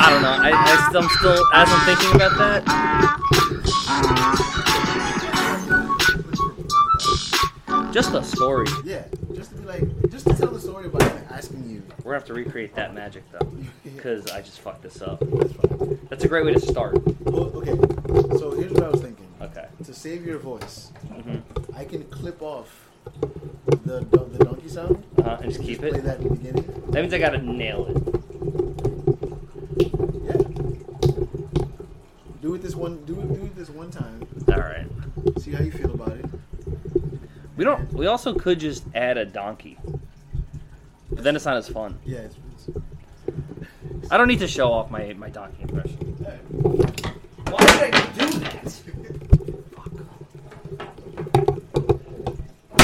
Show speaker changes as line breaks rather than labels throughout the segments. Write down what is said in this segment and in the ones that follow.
I don't know. I, I am still as I'm thinking about that. Just the story.
Yeah, just to be like, just to tell the story about him asking you.
We're gonna have to recreate that magic though, because I just fucked this up.
That's fine.
That's a great way to start.
Well, okay, so here's what I was thinking.
Okay.
To save your voice,
Mhm.
I can clip off the do- the donkey sound.
Uh, and just keep
Play
it.
that in the beginning.
That means I gotta nail it.
Yeah. Do it this one. Do it. Do it this one time.
All right.
See how you feel about it.
We don't. We also could just add a donkey, but then it's not as fun.
Yeah. It's, it's,
I don't need to show off my my donkey impression.
alright.
Why did I do that?
I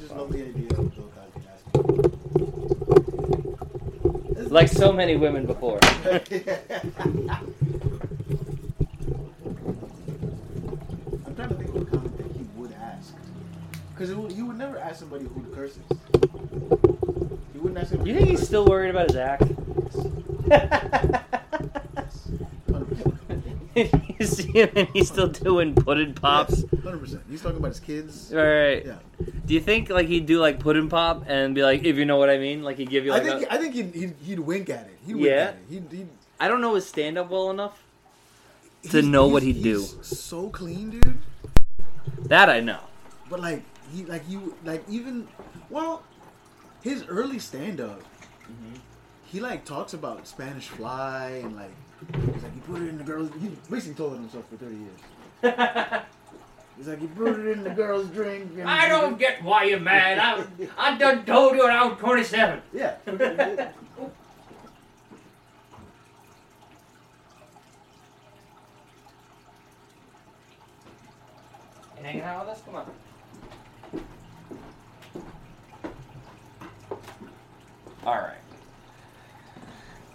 just love the idea of Bill Cosby asking.
Like so many women before.
I'm trying to think what kind of thing he would ask. Because you would never ask somebody who curses. You wouldn't ask somebody
You
who
think he's
curses.
still worried about his act?
100%.
you see him and he's still doing puddin' pops.
Yeah, 100%. He's talking about his kids.
All right.
Yeah.
Do you think like he'd do like puddin' pop and be like, if you know what I mean, like he'd give you
I
like
think
a,
I think he'd, he'd, he'd wink at it. He'd wink
Yeah.
at it. He'd, he'd,
I don't know his stand up well enough. To
he's-
know what
he's-
he'd do.
he's So clean, dude.
That I know.
But like he like you like even well, his early stand up, he like talks about Spanish fly and like he's like you put it in the girls. He basically told on himself for thirty years. He's like you put it in the girls' drink. and-
get why you're mad. I I done told you when I was 27.
Yeah. yeah.
You hanging out with us? Come on. All right.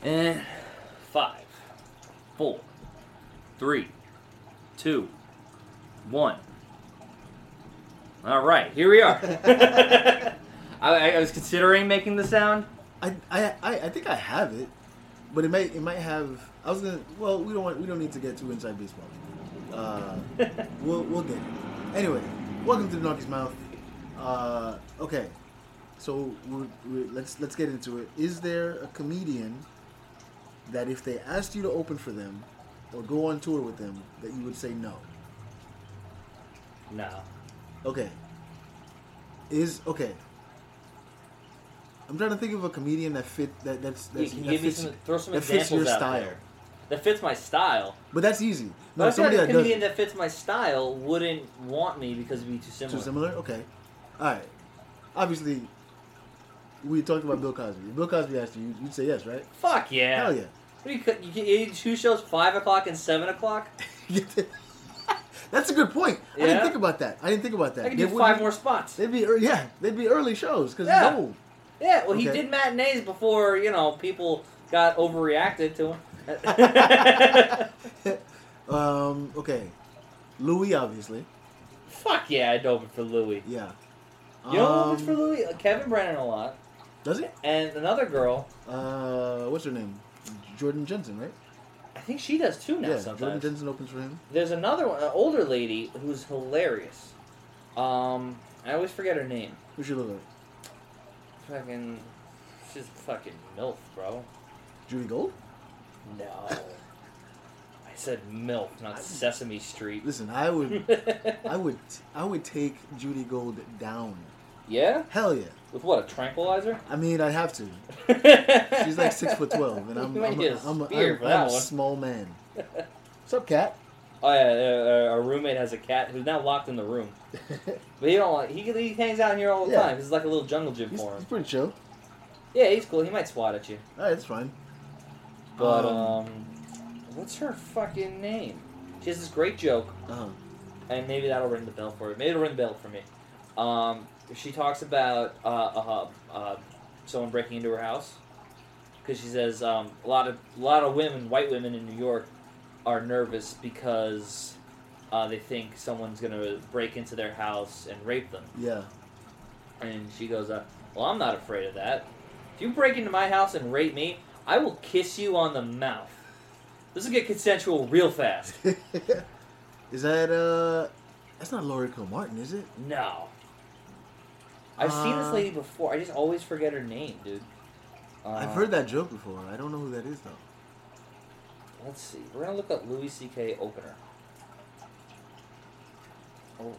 And five, four, three, two, one. All right, here we are. I, I I was considering making the sound.
I, I I I think I have it, but it might it might have. I was gonna. Well, we don't want we don't need to get too inside baseball. Uh, we'll we'll get it. Anyway, welcome to the Donkey's Mouth. Uh, okay, so we're, we're, let's let's get into it. Is there a comedian that if they asked you to open for them or go on tour with them that you would say no?
No.
Okay. Is okay. I'm trying to think of a comedian that fit that that's,
You
that's
can
that
give me
fits-
some, throw some
that
examples
fits your
out
style.
there. That fits my style.
But that's easy.
But I
No,
feel
somebody
like a
that
comedian
does
that fits my style wouldn't want me because it'd be too similar.
too similar. Okay, all right. Obviously, we talked about Bill Cosby. If Bill Cosby asked you, you'd say yes, right?
Fuck yeah.
Hell yeah.
What do you, cut- you, can- you eat two shows, five o'clock and seven o'clock.
that's a good point. I
Yeah.
didn't think about that. I didn't think about that.
I can
They
do
wouldn't-
five more spots.
They'd be ear- yeah, they'd be early shows because
Yeah.
he's old.
Yeah, well, he
Okay.
did matinees before you know people got overreacted to him.
Um, okay, Louis obviously.
Fuck yeah, I'd open for Louis.
Yeah.
You know who opens
Um,
for Louis? Uh, Kevin Brennan a lot,
Does it?
and another girl.
Uh, what's her name? Jordan Jensen, right?
I think she does too now.
yeah, Jordan
sometimes
Jensen opens for him.
there's another one, an older lady who's hilarious. Um, I always forget her name.
Who should look like?
Fucking, she's fucking milf, bro.
Judy Gold?
No, I said milf, not Sesame Street.
Listen, I would, I would, I would take Judy Gold down.
yeah?
Hell yeah!
With what, a tranquilizer?
I mean, I'd have to. She's like six foot twelve, and I'm,
You might
I'm,
get
a,
a
I'm, a,
spear
I'm,
for
I'm
that
a
one.
small man. What's up, cat?
Oh yeah, uh, uh, our roommate has a cat who's now locked in the room. But he don't like he, he hangs out here all the
Yeah.
time. This is like a little jungle gym
He's,
for
he's
him.
pretty chill.
Yeah, he's cool. He might swat at you.
All right, that's fine.
But
Um,
um, what's her fucking name? She has this great joke,
Uh-huh.
and maybe that'll ring the bell for you. Maybe it'll ring the bell for me. Um, she talks about uh, uh, uh, someone breaking into her house because she says um, a lot of a lot of women, white women in New York, are nervous because uh, they think someone's gonna break into their house and rape them.
Yeah.
And she goes, uh, "Well, I'm not afraid of that. If you break into my house and rape me, I will kiss you on the mouth. This will get consensual real fast."
is that uh? That's not Lori Martin, is it?
No. I've seen this
Uh,
lady before. I just always forget her name, dude. Uh,
I've heard that joke before. I don't know who that is though.
Let's see. We're gonna look up Louis C.K. opener. Oh.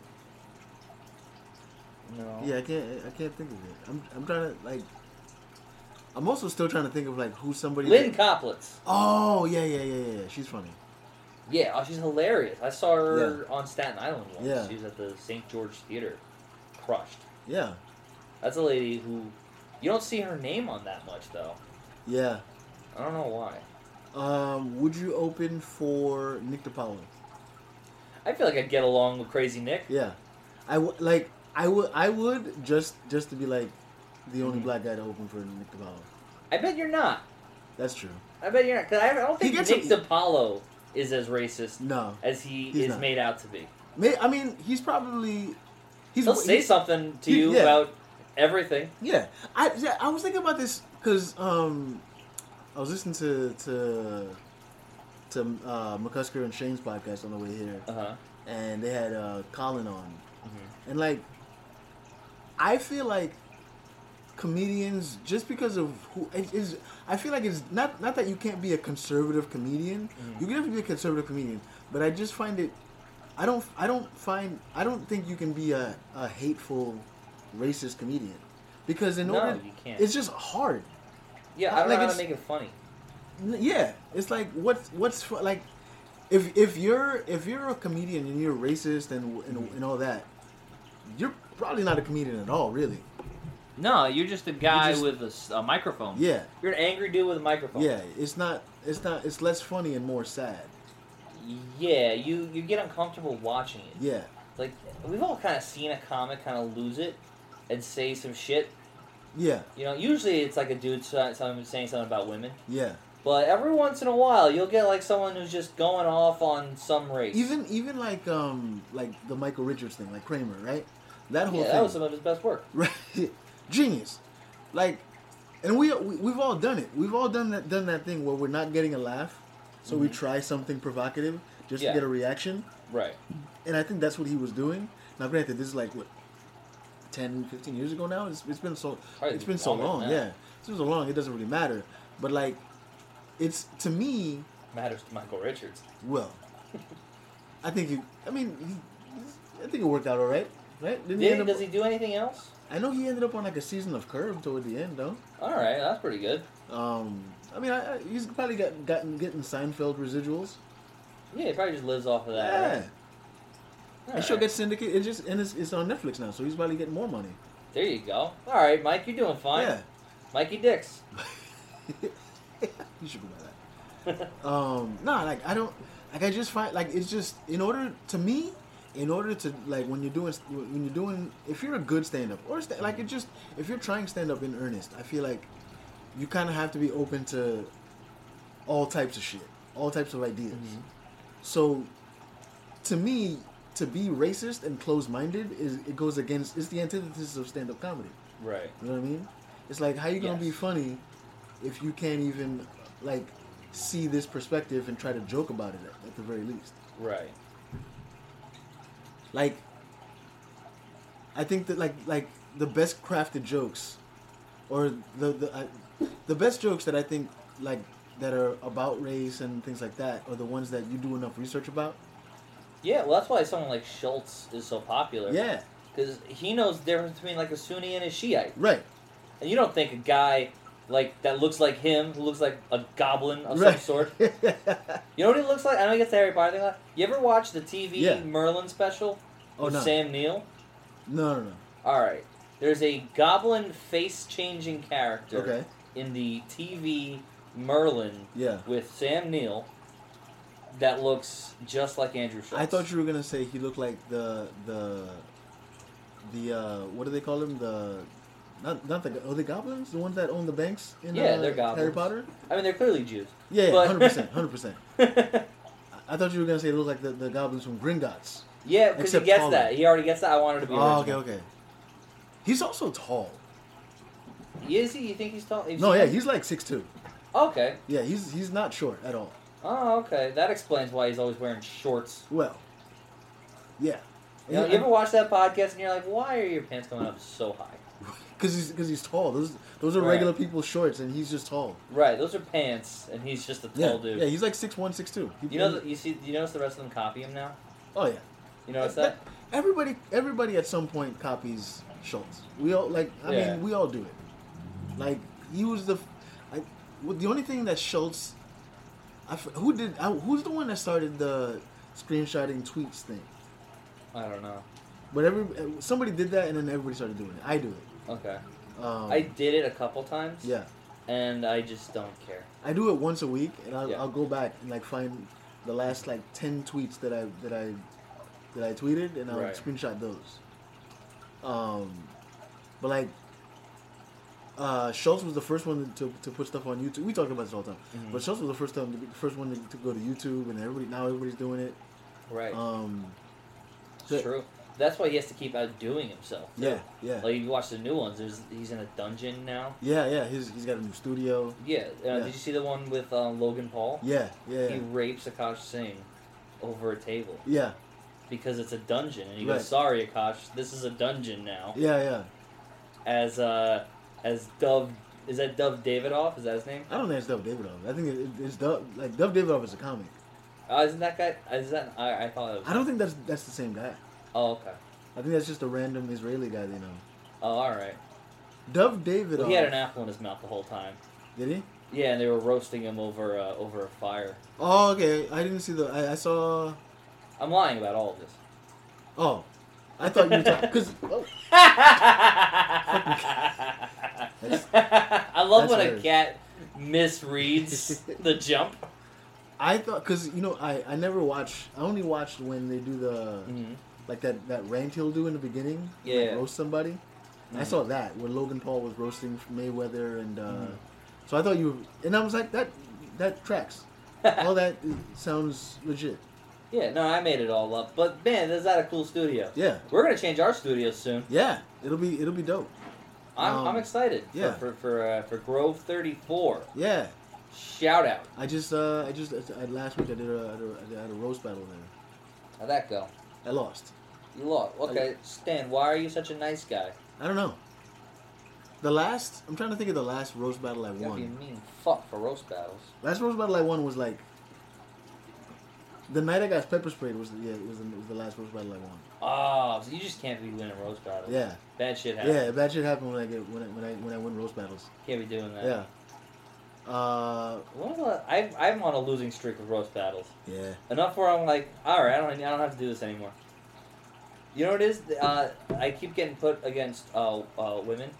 No.
Yeah, I can't. I can't think of it. I'm. I'm trying to like. I'm also still trying to think of like who somebody.
Lynn Coplitz.
Oh yeah yeah yeah yeah. yeah. She's funny.
Yeah, oh, she's hilarious. I saw her on Staten Island once.
Yeah.
She was at the St. George Theater. Crushed.
Yeah
That's a lady who. You don't see her name on that much, though.
yeah.
I don't know why.
Um, would you open for Nick DiPaolo?
I feel like I'd get along with Crazy Nick.
Yeah, I would like. I would. I would just just to be like the only
Mhm.
black guy to open for Nick DiPaolo.
I bet you're not.
That's true.
I bet you're not. Because I don't
He
think
gets
Nick
a-
DiPaolo is as racist
No,
as he
He's
is
not.
made out to be.
May, I mean he's probably. He's,
He'll say
he's-
something to
he-
you
yeah.
about everything.
Yeah, I yeah, I was thinking about this because um, I was listening to to to uh, McCusker and Shane's podcast on the way here,
Uh huh.
and they had uh, Colin on,
Mm-hmm.
and like, I feel like comedians just because of who it is. I feel like it's not not that you can't be a conservative comedian.
Mhm.
You can have to be a conservative comedian, but I just find it. I don't. I don't find. I don't think you can be a, a hateful, racist comedian, because in
No,
order
you can't.
it's just hard.
Yeah, I don't
Uh, Like,
know how to
it's-
make it funny.
N- Yeah, it's like what's what's fu- like, if if you're if you're a comedian and you're racist and and,
Mm-hmm.
and all that, you're probably not a comedian at all, really.
No, you're just a guy
just-
with a s- a, microphone.
Yeah,
You're an angry dude with a microphone.
yeah. It's not. It's not. It's less funny and more sad.
Yeah, you, you get uncomfortable watching it.
Yeah,
Like, we've all kind of seen a comic kind of lose it and say some shit.
yeah,
You know, usually it's like a dude sa- some- saying something about women.
yeah.
But every once in a while, you'll get like someone who's just going off on some race.
Even even like um like the Michael Richards thing, like Kramer, right? That whole
yeah,
thing,
that was some of his best work.
right? Genius, like, and we, we we've all done it. We've all done that done that thing where we're not getting a laugh, so we
Mhm.
try something provocative just
Yeah.
to get a reaction.
Right.
And I think that's what he was doing. Now, granted, this is like what 10, 15 years ago now. It's, it's been so
Probably
it's been so
longer than
long,
that.
yeah. It's been so long. It doesn't really matter. But like, it's to me.
Matters to Michael Richards.
Well, I think you. I mean, he- I think it worked out all right, right? Didn't
Did
end
he,
up-
does he do anything else?
I know he ended up on like a season of Curb toward the end, though.
All right, that's pretty good.
Um, I mean, I, I, he's probably got, gotten getting Seinfeld residuals.
Yeah, he probably just lives off of that.
yeah,
right? All
and she'll
right.
get syndicated. It just and it's, it's on Netflix now, so he's probably getting more money.
There you go. All right, Mike, you're doing fine.
Yeah.
Mikey Dix.
you should go by that. um, no, like I don't, like I just find like it's just in order to me, in order to like when you're doing when you're doing if you're a good stand up or sta like it just if you're trying stand up in earnest, I feel like you kind of have to be open to all types of shit, all types of ideas.
Mhm.
So to me, to be racist and closed minded is it goes against it's the antithesis of stand up comedy.
Right.
You know what I mean? It's like how you gonna
Yes.
be funny if you can't even like see this perspective and try to joke about it at, at the very least.
Right.
Like, I think that like like the best crafted jokes, or the the I, the best jokes that I think like that are about race and things like that are the ones that you do enough research about.
Yeah, well, that's why someone like Schultz is so popular.
Yeah,
Because he knows the difference between like a Sunni and a Shiite.
right.
And you don't think a guy like that looks like him, who looks like a goblin of some
right.
sort. You know what he looks like? I know he gets the Harry Potter thing a lot. You ever watch the TV
Yeah.
Merlin special
oh
with
no.
Sam Neill?
no, no, no.
All right. There's a goblin face changing character
Okay.
in the TV Merlin
Yeah.
with Sam Neill that looks just like Andrew Schultz.
I thought you were gonna say he looked like the the the uh, what do they call them? The not not the are they goblins? The ones that own the banks in
Yeah,
uh,
they're
Harry
goblins.
Potter.
I mean, they're clearly Jews.
Yeah,
But-
hundred percent, hundred percent.
yeah,
I thought you were gonna say it looked like the, the goblins from Gringotts.
because he
Except
gets
taller.
that. He already gets that. I wanted to be
Oh, okay,
original.
okay. He's also tall.
Is he? You think he's tall? You've
No,
seen
yeah,
him?
he's like six two.
Okay.
Yeah, he's he's not short at all.
Oh, okay. That explains why he's always wearing shorts.
Well, yeah,
You, know, you ever watch that podcast and you're like, why are your pants going up so high?
because he's because he's tall. Those those are
Right.
regular people's shorts, and he's just tall.
Right, those are pants, and he's just a
Yeah,
tall dude.
yeah, he's like six one, six two.
you know, the, you see, you notice the rest of them copy him now.
oh yeah,
You notice that?
Everybody, everybody at some point copies Schultz. We all like. I
Yeah.
mean, we all do it. Like he was the, like well, the only thing that Schultz, I f- who did I, who's the one that started the screenshotting tweets thing.
I don't know.
But every somebody did that, and then everybody started doing it. I do it.
Okay,
Um,
I did it a couple times.
yeah,
and I just don't care.
I do it once a week, and I'll,
Yeah.
I'll go back and like find the last like ten tweets that I that I that I tweeted, and I'll
Right.
screenshot those. Um, but like, uh, Schultz was the first one to, to put stuff on YouTube. We talk about this all the time,
Mhm.
but Schultz was the first time to be, first one to, to go to YouTube, and everybody now everybody's doing it.
Right,
Um,
it's true. That's why he has to keep outdoing himself.
yeah, yeah,
Like if you watch the new ones, there's he's in a dungeon now.
yeah, yeah. He's he's got a new studio.
Yeah. Uh,
Yeah.
Did you see the one with uh, Logan Paul?
Yeah, yeah,
He rapes Akash Singh over a table
yeah,
because it's a dungeon, and he
Right.
goes, "Sorry, Akash, this is a dungeon now."
yeah, yeah.
as uh as Dove is that Dove Davidoff? Is that his name?
I don't think it's Dove Davidoff. I think it, it- it's Dove. Like Dove Davidoff is a comic.
Uh, isn't that guy? Is that I, I thought it was.
I don't think that's that's the same guy.
Oh okay.
I think that's just a random Israeli guy they know.
Oh all right.
Dove Davidoff.
Well, he had an apple in his mouth the whole time.
Did he?
Yeah, and they were roasting him over uh, over a fire.
Oh, okay. I didn't see the. I, I saw.
I'm lying about all of this.
Oh, I thought you were talking. Cause oh,
I love
that's
when a
hilarious.
cat misreads the jump.
I thought because you know I I never watch. I only watched when they do the
Mhm.
like that that rant he'll do in the beginning. like,
Yeah.
roast somebody. And I
Mhm.
saw that where Logan Paul was roasting Mayweather and. uh
Mm-hmm.
So I thought you. Were, and I was like that. That tracks. All that sounds legit.
Yeah, no, I made it all up. But man, is that a cool studio?
Yeah.
We're gonna change our studio soon.
Yeah, it'll be it'll be dope.
I'm,
Um,
I'm excited for-
yeah.
for for, uh, for Grove 34.
Yeah,
Shout out.
I just uh I just I, last week I did a I did a- I did- I had a roast battle there.
How'd that go?
I lost.
You lost. Okay, Stan, why are you such a nice guy?
I don't know. The last I'm trying to think of the last roast battle I
You gotta be a
won.
mean fuck for roast battles.
Last roast battle I won was like the night I got pepper sprayed was the, yeah was the, was the last roast battle I won.
Oh, so you just can't be winning roast battles.
Yeah,
Bad shit happens.
yeah, that shit happened when I get when I when I when I win roast battles.
Can't be doing that.
Yeah. Uh
When was the la- I've, I'm on a losing streak with roast battles.
yeah.
Enough where I'm like, alright, I don't, I don't have to do this anymore. You know what it is? Uh, I keep getting put against uh, uh, women,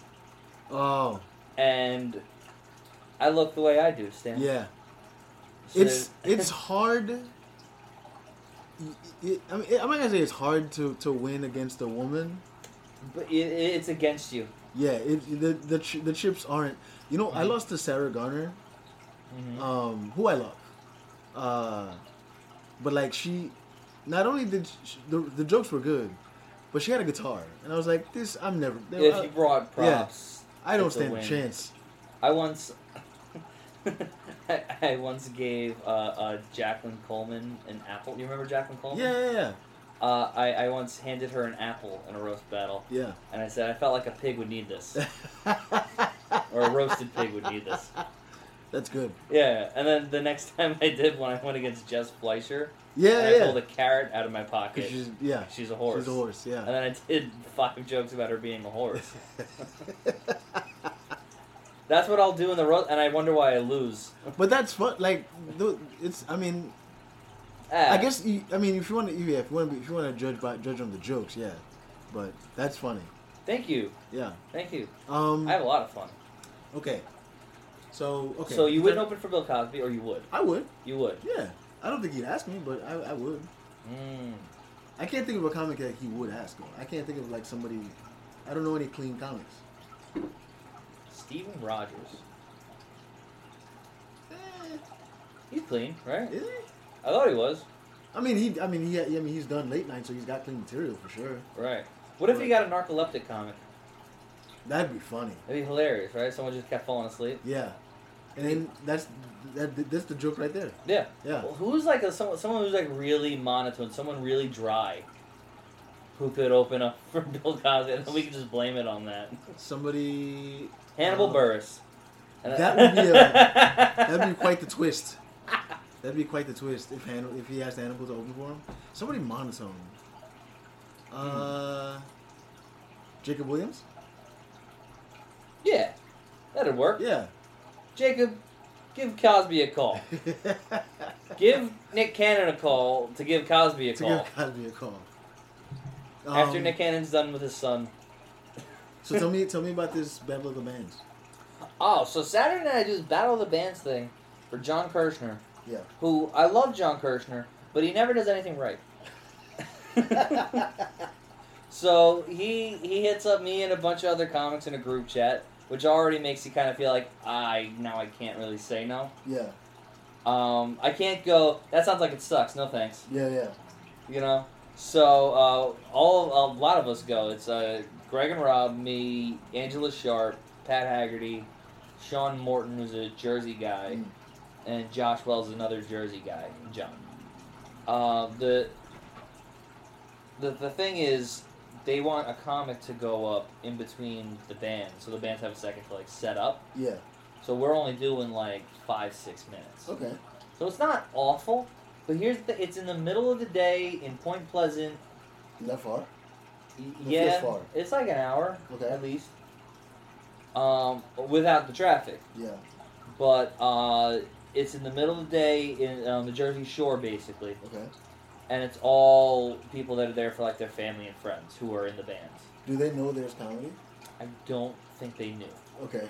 Oh
and I look the way I do, Stan.
yeah.
So-
It's it's hard. y- y- I mean, I'm not gonna say it's hard to, to win against a woman.
But it, it's against you.
Yeah, it, the the ch- the chips aren't. You know, I
Mhm.
lost to Sarah Garner,
Mhm.
um, who I love, uh, but like she, not only did sh the the jokes were good, but she had a guitar, and I was like, this I'm never.
if you brought
uh, yeah.
props,
I don't
it's a
stand a
win.
chance.
I once, I, I once gave uh, uh, Jacqueline Coleman an apple. You remember Jacqueline Coleman?
Yeah, yeah, yeah,
Uh, I, I once handed her an apple in a roast battle,
yeah.
and I said I felt like a pig would need this, or a roasted pig would need this.
That's good.
Yeah. And then the next time I did one, I went against Jess Fleischer, and
Yeah,
I
yeah.
pulled a carrot out of my
'Cause
pocket.
she's, yeah,
She's a horse.
she's a horse.
And then I did five jokes about her being a horse.
Yeah.
That's what I'll do in the roast, and I wonder why I lose.
But that's fun. Like, th- it's. I mean,
Ah.
I guess. You, I mean, if you want to, yeah, if you want to, if you want to judge by judge on the jokes, yeah. But that's funny.
Thank you.
Yeah.
Thank you.
Um.
I have a lot of fun.
okay. So okay.
So you wouldn't open for Bill Cosby, or you would?
I would.
You would.
Yeah. I don't think he'd ask me, but I, I would.
Mm.
I can't think of a comic that he would ask on. I can't think of like somebody. I don't know any clean comics.
Steven Rogers.
Eh,
He's clean, right?
is he?
I thought he was.
I mean, he. I mean, he. I mean, he's done late night, so he's got clean material for sure.
Right. What if he got a narcoleptic comic?
That'd be funny.
That'd be hilarious, right? Someone just kept falling asleep.
Yeah, and then that's that. That's the joke right there.
Yeah.
Yeah.
Well, who's like a someone, someone who's like really monotone, someone really dry, who could open up for Bill Cosby, and we could just blame it on that.
Somebody.
Hannibal
Uh,
Burris.
that would be
a,
That'd be quite the twist. That'd be quite the twist if Han- if he asked Hannibal to open for him. Somebody monotone. Uh, Jacob Williams.
yeah, that'd work.
Yeah.
Jacob, give Cosby a call.
to
give Nick Cannon a call to give Cosby a call
give Cosby a call.
after
Um,
Nick Cannon's done with his son.
So tell me, tell me about this Battle of the Bands.
Oh, so Saturday Night Live's Battle of the Bands thing for John Kirshner.
Yeah.
Who I love John Kirshner, but he never does anything right. so he he hits up me and a bunch of other comics in a group chat, which already makes you kind of feel like I now I can't really say no.
yeah,
Um, I can't go. That sounds like it sucks. No thanks.
yeah, yeah.
you know. So uh, all a lot of us go. It's uh, Greg and Rob, me, Angela Sharp, Pat Haggerty, Sean Morton, who's a Jersey guy,
Mm.
and Josh Wells, another Jersey guy, John. Uh, the the the thing is, they want a comic to go up in between the bands, so the bands have a second to like set up.
Yeah.
So we're only doing like five six minutes.
Okay.
So it's not awful, but here's the it's in the middle of the day in Point Pleasant.
That far.
Y-
It
Yeah,
feels far.
it's like an hour
Okay.
at least, um, without the traffic.
Yeah.
But uh, it's in the middle of the day in on the Jersey Shore, basically,
Okay.
and it's all people that are there for like their family and friends who are in the bands.
Do they know there's comedy?
I don't think they knew,
Okay.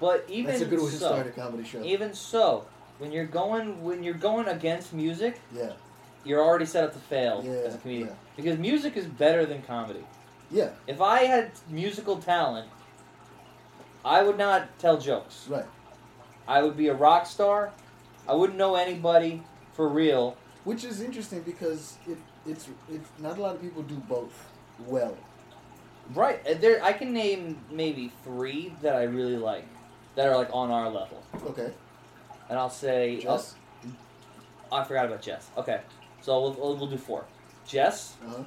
but even
That's a good way
so,
to start a comedy show.
even so, when you're going when you're going against music,
yeah.
you're already set up to fail
Yeah.
as a comedian
yeah.
because music is better than comedy.
Yeah.
If I had musical talent, I would not tell jokes.
Right.
I would be a rock star. I wouldn't know anybody for real.
Which is interesting because it, it's it's not a lot of people do both well.
Right uh, there, I can name maybe three that I really like that are like on our level,
Okay.
and I'll say
Jess.
oh, I forgot about Jess. Okay, so we'll, we'll, we'll do four. Jess,
Uh huh.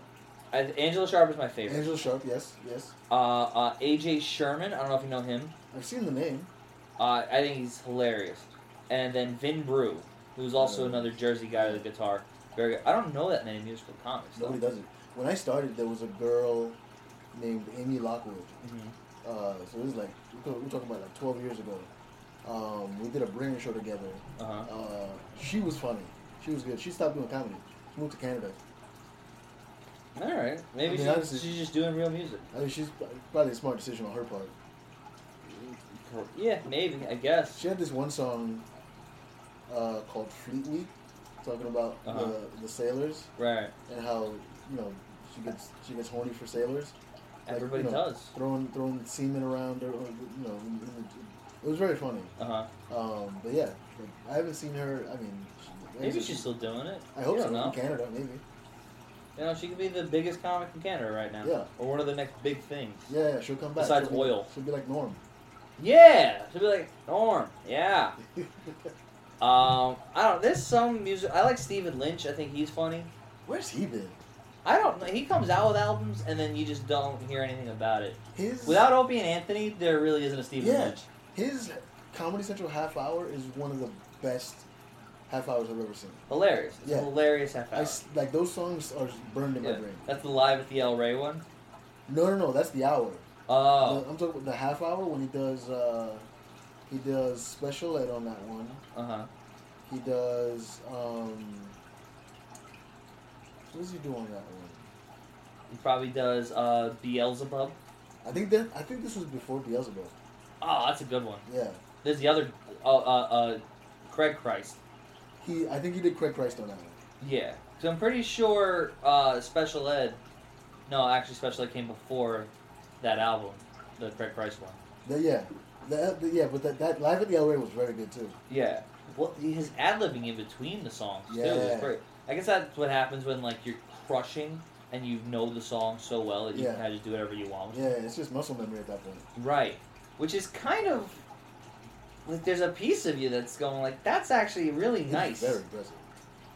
I, Angela Sharp is my favorite.
Angela Sharp. Yes. Yes.
Uh, uh, AJ Sherman, I don't know if you know him.
I've seen the name.
Uh, I think he's hilarious. And then Vin Brew, who's also
Mm.
another Jersey guy with a guitar. Very. I don't know that many musical comics. Though.
Nobody does it. When I started, there was a girl named Amy Lockwood.
Mhm.
Uh, so it was like we're talking- we're talking about like 12 years ago. Um, we did a brain show together.
Uh-huh.
Uh, she was funny. She was good. She stopped doing comedy. She moved to Canada.
All right. Maybe
I mean,
she's,
honestly-
she's just doing real music.
I mean, she's probably a smart decision on her part.
Yeah, maybe. I guess.
She had this one song uh, called Fleet Week, talking about
Uh-huh.
the, the sailors
Right.
and how you know she gets she gets horny for sailors, Like,
Everybody
you know,
does.
throwing throwing semen around. Or, or, you know, in- in the- it was very funny.
Uh huh.
Um, but yeah, like, I haven't seen her. I mean, she,
Maybe she's still doing it.
I hope
you
so.
don't
In
Know.
Canada, maybe.
You know, she could be the biggest comic in Canada right now.
Yeah.
Or one of the next big things.
Yeah, yeah, she'll come back.
Besides
she'll be,
oil.
she'll be like Norm.
Yeah. She'll be like Norm. Yeah. Um. I don't. There's some music. I like Stephen Lynch. I think he's funny.
Where's he been?
I don't know. He comes out with albums, and then you just don't hear anything about it.
His
Without Opie and Anthony, there really isn't a Stephen
Yeah.
Lynch.
his Comedy Central half hour is one of the best half hours I've ever seen.
Hilarious. It's
Yeah.
a hilarious half
I
hour.
s like those songs are burned in
Yeah.
my brain.
That's the live at the El Rey one.
No, no, no. That's the hour.
Oh,
The- I'm talking about the half hour when he does. Uh, he does special ed on that one.
uh huh.
He does. Um, what does he do on that one?
He probably does uh, Beelzebub.
I think that I think this was before Beelzebub.
Oh, that's a good one.
Yeah,
There's the other, uh, uh, uh, Craig Christ.
he. I think he did Craig Christ on that one.
Yeah. So I'm pretty sure uh, Special Ed. No, actually, Special Ed came before that album, the Greg Price one.
The- yeah, the, the- yeah, but that, that Live at the El Rey was very good too.
Yeah. Well, his ad libbing in between the songs too
Yeah.
was great. I guess that's what happens when like you're crushing and you know the song so well that you
Yeah.
can kind of just do whatever you want.
Yeah, it's just muscle memory at that point.
Right. Which is kind of like there's a piece of you that's going like that's actually really
It's
nice.
very impressive.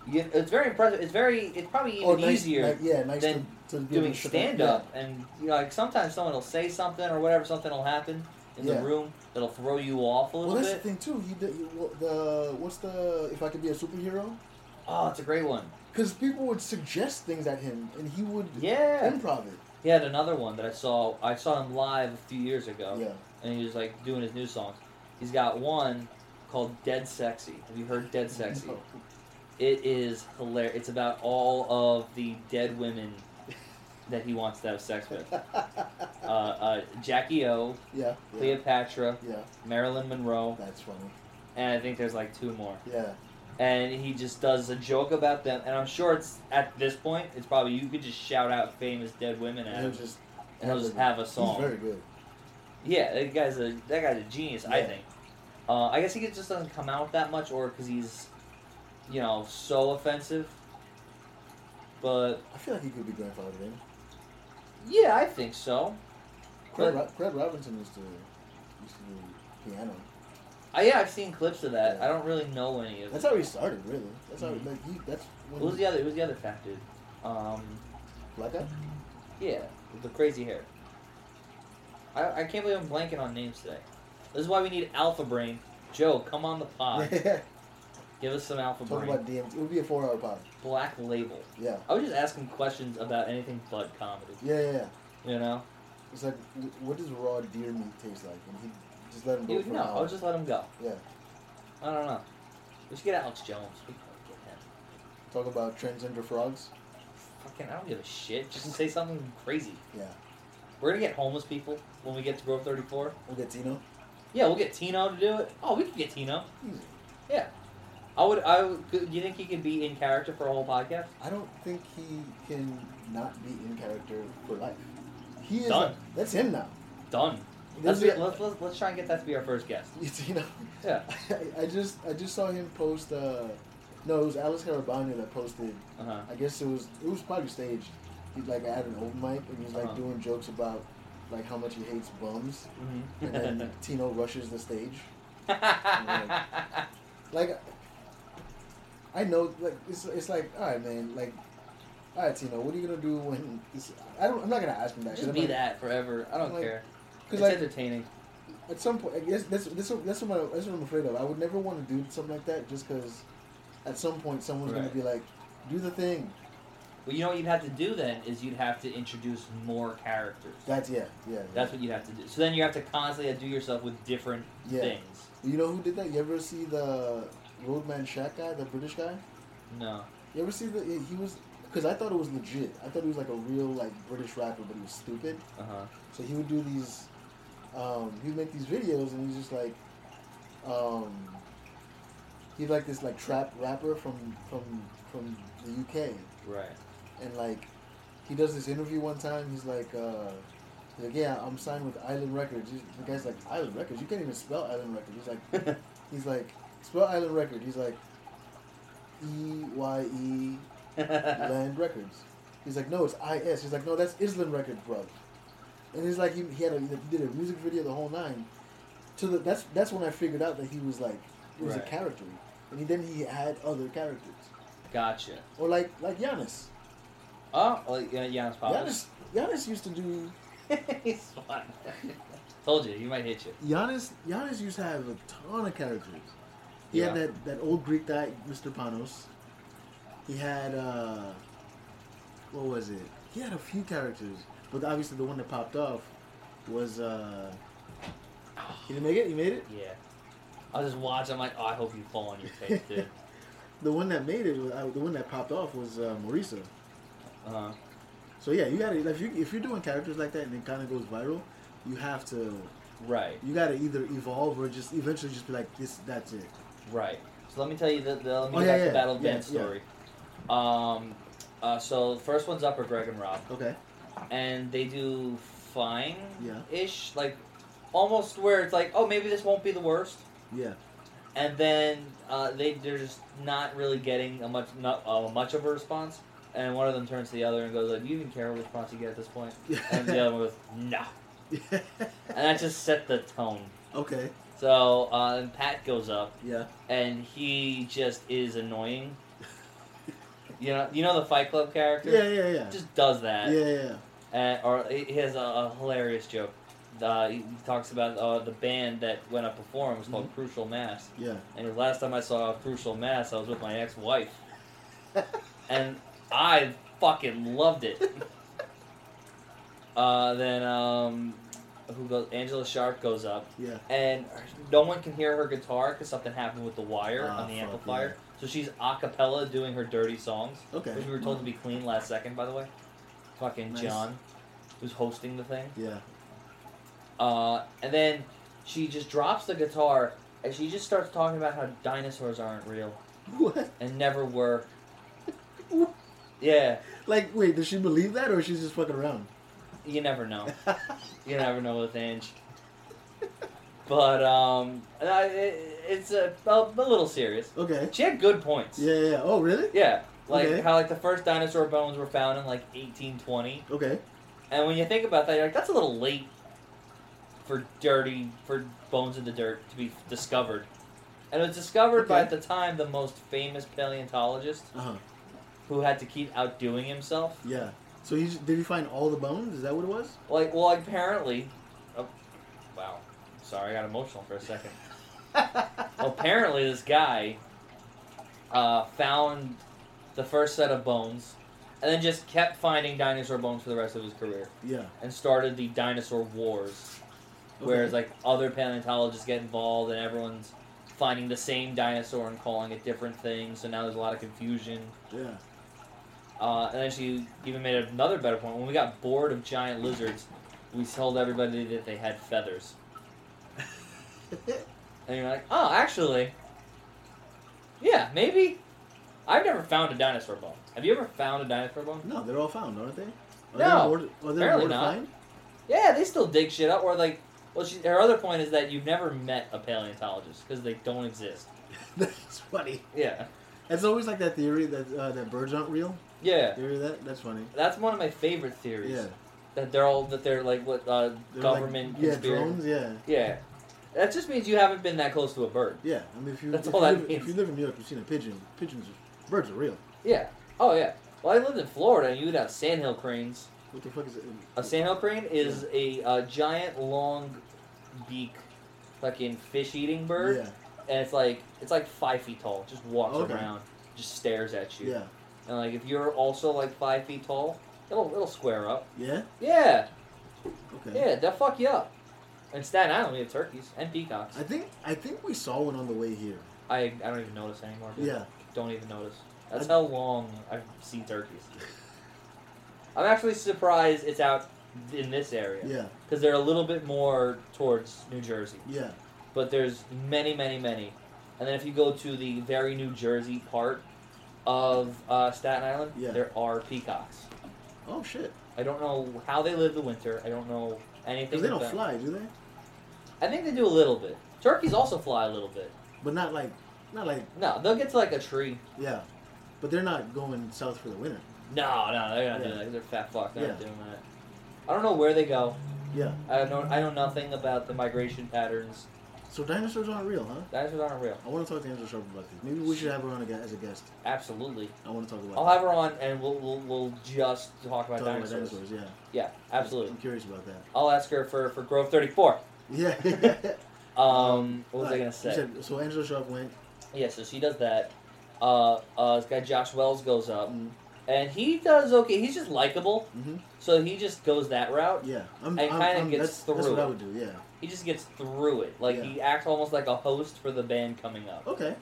You- it's very impressive. It's very. It's probably even
Or nice-
easier
like, yeah, nice to,
than
to be able
doing
to sit
stand up, and you know, like sometimes someone will say something or whatever, something will happen in
Yeah.
the room that'll throw you off a
Yeah.
little
Well, that's
bit.
the thing too. You, did- you well, the what's the if I could be a superhero?
Oh, it's a great one.
Because people would suggest things at him, and he would
Yeah,
improv it.
he had another one that I saw. I saw him live a few years ago,
Yeah,
and he was like doing his new songs. He's got one called "Dead Sexy." Have you heard "Dead Sexy"?
No.
It is hilarious. It's about all of the dead women that he wants to have sex with. Uh, uh, Jackie O,
yeah, yeah,
Cleopatra,
yeah.
Marilyn Monroe,
That's funny.
and I think there's like two more.
Yeah,
And he just does a joke about them, and I'm sure it's at this point, it's probably you could just shout out famous dead women at
and it
him,
was just
and he'll just have a
He's
song.
very good.
Yeah, that guy's a that guy's a genius, I
Yeah.
think. Uh, I guess he just doesn't come out that much, or because he's, you know, so offensive. But
I feel like he could be grandfathered in.
yeah, I think so.
Craig,
But-
Ro- Craig Robinson used to used to do piano.
I, yeah, I've seen clips of that.
Yeah.
I don't really know any of
That's
it.
how he started, really. That's how
Mhm.
like he. That's when
Who's
he,
the other? Who's the other fat dude? Um,
like that.
Yeah, with the crazy hair. I, I can't believe I'm blanking on names today. This is why we need Alpha Brain. Joe, come on the pod.
yeah.
Give us some Alpha
Talk
Ah. Brain.
about DMT. It would be a four-hour pod.
Black Label.
Yeah.
I would just ask him questions about anything but comedy.
Yeah, yeah, yeah.
You know?
It's like, wh- what does raw deer meat taste like? And he just let him
He
go
would,
for an
no, I
hour.
would just let him go.
Yeah.
I don't know. We should get Alex Jones. We could get him.
Talk about transgender frogs.
Fucking, I don't give a shit. Just say something crazy.
Yeah.
We're gonna get homeless people when we get to Grove 34.
We'll get Tino.
Yeah, we'll get Tino to do it. Oh, we could get Tino.
Easy.
I would. I would. Do you think he could be in character for a whole podcast?
I don't think he can not be in character for life. He is.
Done.
That's him now.
Done. Let's,
There's
be,
a-
let's, let's, let's try and get that to be our first guest.
It's, you know,
Yeah.
I, I just I just saw him post. Uh, no, it was Alice Carabana that posted.
Uh-huh.
I guess it was it was probably staged. He like had an open mic and he was like
Uh-huh.
doing jokes about like how much he hates bums, and
Mm-hmm.
then Tino rushes the stage. Like, I know like it's it's like all right, man. Like, all right, Tino, what are you gonna do when this? I don't. I'm not gonna ask him that. 'cause
Just
I'm
be
like-
that forever. I don't
Like,
care. It's
Cause like,
entertaining.
at some point, I guess that's that's what, that's, what I, that's what I'm afraid of. I would never want to do something like that just because at some point someone's
Right.
gonna be like, "Do the thing."
Well, you know what you'd have to do then is you'd have to introduce more characters.
That's yeah, yeah. yeah.
That's what you'd have to do. So then you have to constantly do yourself with different
Yeah.
things.
you know who did that. You ever see the Roadman Shack guy, the British guy?
No.
You ever see the he was because I thought it was legit. I thought he was like a real like British rapper, but he was stupid.
Uh huh.
So he would do these, um, he would make these videos, and he's just like, um, he's like this like trap rapper from from from the UK.
Right.
and like he does this interview one time he's like uh he's like yeah i'm signed with island records he's, the guy's like island records you can't even spell island records he's like he's like spell island record he's like "E e-y-e land records he's like no it's is he's like no that's island records bro and he's like he, he had a he did a music video the whole nine to the that's that's when i figured out that he was like it was
Right.
a character and he, then he had other characters
gotcha.
or like like Giannis.
Oh, well, yeah, Giannis Papas.
Giannis, Giannis used to do.
He's fun. Told you, he might hit you.
Giannis, Giannis used to have a ton of characters. He had
Yeah.
that, that old Greek guy, Mr. Panos. He had uh, what was it? He had a few characters, but obviously the one that popped off was uh, he didn't make it. He made it.
Yeah. I'll just watch. I'm like, oh, I hope you fall on your face, dude.
The one that made it, was- uh, the one that popped off was uh, Mauricio.
Uh-huh.
So yeah, you gotta if you if you're doing characters like that and it kind of goes viral, you have to
Right,
you gotta either evolve or just eventually just be like this. That's it.
right. So let me tell you the, the let me
Oh,
get
yeah,
back to
yeah,
Battle
yeah,
Dance
yeah.
story. Um, uh, so the first one's Upper Greg and Rob,
Okay.
and they do fine
Yeah.
ish, like almost where it's like, oh, maybe this won't be the worst.
Yeah.
and then uh, they they're just not really getting a much not uh, much of a response. And one of them turns to the other and goes, like, "Do you even care what response you get at this point?" And the other one goes, "No," and that just set the tone.
okay.
So uh, and Pat goes up
Yeah.
and he just is annoying. You know, you know the Fight Club character.
Yeah. Yeah. Yeah.
Just does
Yeah.
that,
Yeah.
and, Uh, or he he has a, a hilarious joke. Uh, he he talks about uh, the band that went up before him was called
Mm-hmm.
Crucial Mass,
Yeah.
and the last time I saw Crucial Mass, I was with my ex-wife,
yeah.
and I fucking loved it. Uh, then um, who goes? Angela Sharp goes up,
Yeah.
and no one can hear her guitar because something happened with the wire
Ah,
on the
fuck,
amplifier. So she's a cappella doing her dirty songs,
Okay.
which we were told to be clean last second, by the way. Fucking
Nice.
John, who's hosting the thing.
Yeah.
Uh, and then she just drops the guitar and she just starts talking about how dinosaurs aren't real
What?
and never were. Yeah,
Like, wait, does she believe that, or she's just fucking around?
you never know. You never know with Ange. But um, I, it, it's a, a, little serious.
okay.
She had good points.
Yeah. Yeah. yeah. Oh, really?
Yeah, like
Okay.
how like the first dinosaur bones were found in like 1820,
Okay.
and when you think about that, you're like, that's a little late for dirty for bones in the dirt to be discovered. And it was discovered by at
Okay.
the time the most famous paleontologist
Uh huh.
who had to keep outdoing himself.
Yeah. So he did he find all the bones? Is that what it was?
Like, well, apparently, oh, wow. Sorry, I got emotional for a second. apparently, this guy uh, found the first set of bones, and then just kept finding dinosaur bones for the rest of his career,
yeah.
and started the dinosaur wars, whereas like other paleontologists get involved, and everyone's finding the same dinosaur and calling it different things. So now there's a lot of confusion.
Yeah.
Uh, and then she even made another better point. When we got bored of giant lizards, we told everybody that they had feathers. And you're like, oh, actually, yeah, maybe. I've never found a dinosaur bone. Have you ever found a dinosaur bone?
no, they're all found, aren't they?
No,
Are They more to, are there
apparently
more to
not.
find?
Yeah, they still dig shit up. Or like, well, she, her other point is that you've never met a paleontologist because they don't exist.
That's funny.
Yeah,
It's always like that theory that uh, that birds aren't real.
yeah.
Theory of that that's funny.
That's one of my favorite theories.
Yeah.
That they're all that they're like what uh,
They're like-
government
yeah,
conspiracy-
drones. Yeah.
Yeah. That just means you haven't been that close to a bird.
Yeah. I mean, if you
That's
if
all
you
that
live, if
means.
you live in New York, you've seen a pigeon. Pigeons, are- birds are real.
Yeah. Oh yeah. Well, I lived in Florida, and you would have sandhill cranes.
What the fuck is it?
A sandhill crane is a, uh giant, long, beak, fucking fish-eating bird,
Yeah.
and it's like it's like five feet tall. Just walks
Okay.
around, just stares at you.
Yeah.
And like if you're also like five feet tall, it'll it'll square up.
Yeah.
Yeah.
Okay.
Yeah. They'll fuck you up. In Staten Island, we have turkeys and peacocks.
I think I think we saw one on the way here.
I, I don't even notice anymore. dude.
Yeah.
Don't even notice. That's
I-
how long I've seen turkeys. I'm actually surprised it's out in this area
Yeah. Yeah.
because they're a little bit more towards New Jersey.
Yeah.
But there's many, many, many. And then if you go to the very New Jersey part of uh, Staten Island,
Yeah.
there are peacocks.
Oh shit.
I don't know how they live the winter. I don't know anything.
Because they
about
don't
them.
fly, do they?
I think they do a little bit. Turkeys also fly a little bit.
But not like, not like
No, they'll get to like a tree.
yeah. But they're not going south for the winter.
No, no, they're not
Yeah.
doing that. They're fat fuck. They're not
Yeah.
doing that. I don't know where they go.
Yeah.
I know I know nothing about the migration patterns.
So dinosaurs aren't real, huh?
Dinosaurs aren't real.
I want to talk to Angela Sharp about this. Maybe we should have her on a, gu- as a guest.
Absolutely.
I want to talk about.
I'll have her on and we'll we'll, we'll just talk
that.
about
Talk
dinosaurs.
Yeah.
Yeah, absolutely.
I'm curious about that.
I'll ask her for for Grove Thirty Four.
Yeah.
Um, what was I
Alright,
gonna
uh, you
say?
said- so Angela Sharp went.
Yeah, so she does that. Uh, uh, this guy Josh Wells goes up,
Mm,
and he does okay. He's just likable,
mhm.
so he just goes that route.
Yeah. I'm.
And
I'm,
kinda
I'm-
gets
that's, that's
through
what I
it.
would do. Yeah.
He just gets through it. Like
Yeah.
he acts almost like a host for the band coming up.
Okay.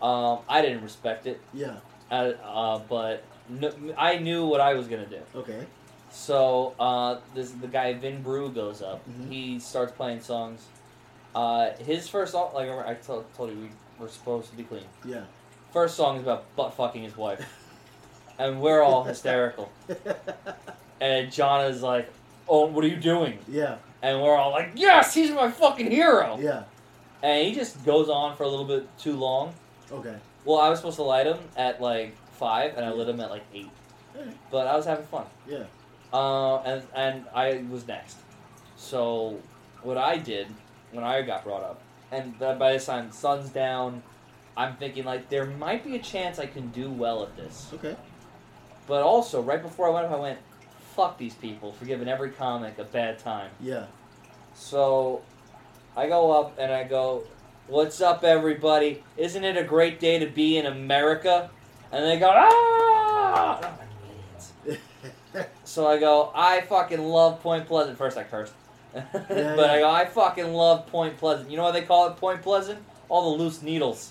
Um, I didn't respect it,
Yeah.
uh, uh, but kn- I knew what I was gonna do.
Okay.
So uh, this the guy Vin Brew goes up.
Mhm.
He starts playing songs. Uh, his first song, like I told, told you, we were supposed to be clean.
Yeah.
first song is about butt fucking his wife, and we're all hysterical. And John is like, "Oh, what are you doing?"
yeah,
And we're all like, "Yes, he's my fucking hero."
yeah.
And he just goes on for a little bit too long.
Okay.
Well, I was supposed to light him at like five, and I lit him at like eight.
Alright.
But I was having fun.
Yeah.
Uh, and and I was next. So what I did when I got brought up, and th- by this time sun's down, I'm thinking like there might be a chance I can do well at this.
Okay.
But also right before I went up, I went, "Fuck these people for giving every comic a bad time."
Yeah.
So I go up and I go, What's up, everybody? Isn't it a great day to be in America? And they go, Ah! And I'm like, "Idiots." So I go, I fucking love Point Pleasant. First, I cursed. but
Yeah,
I go, I fucking love Point Pleasant. You know why they call it Point Pleasant? All the loose needles.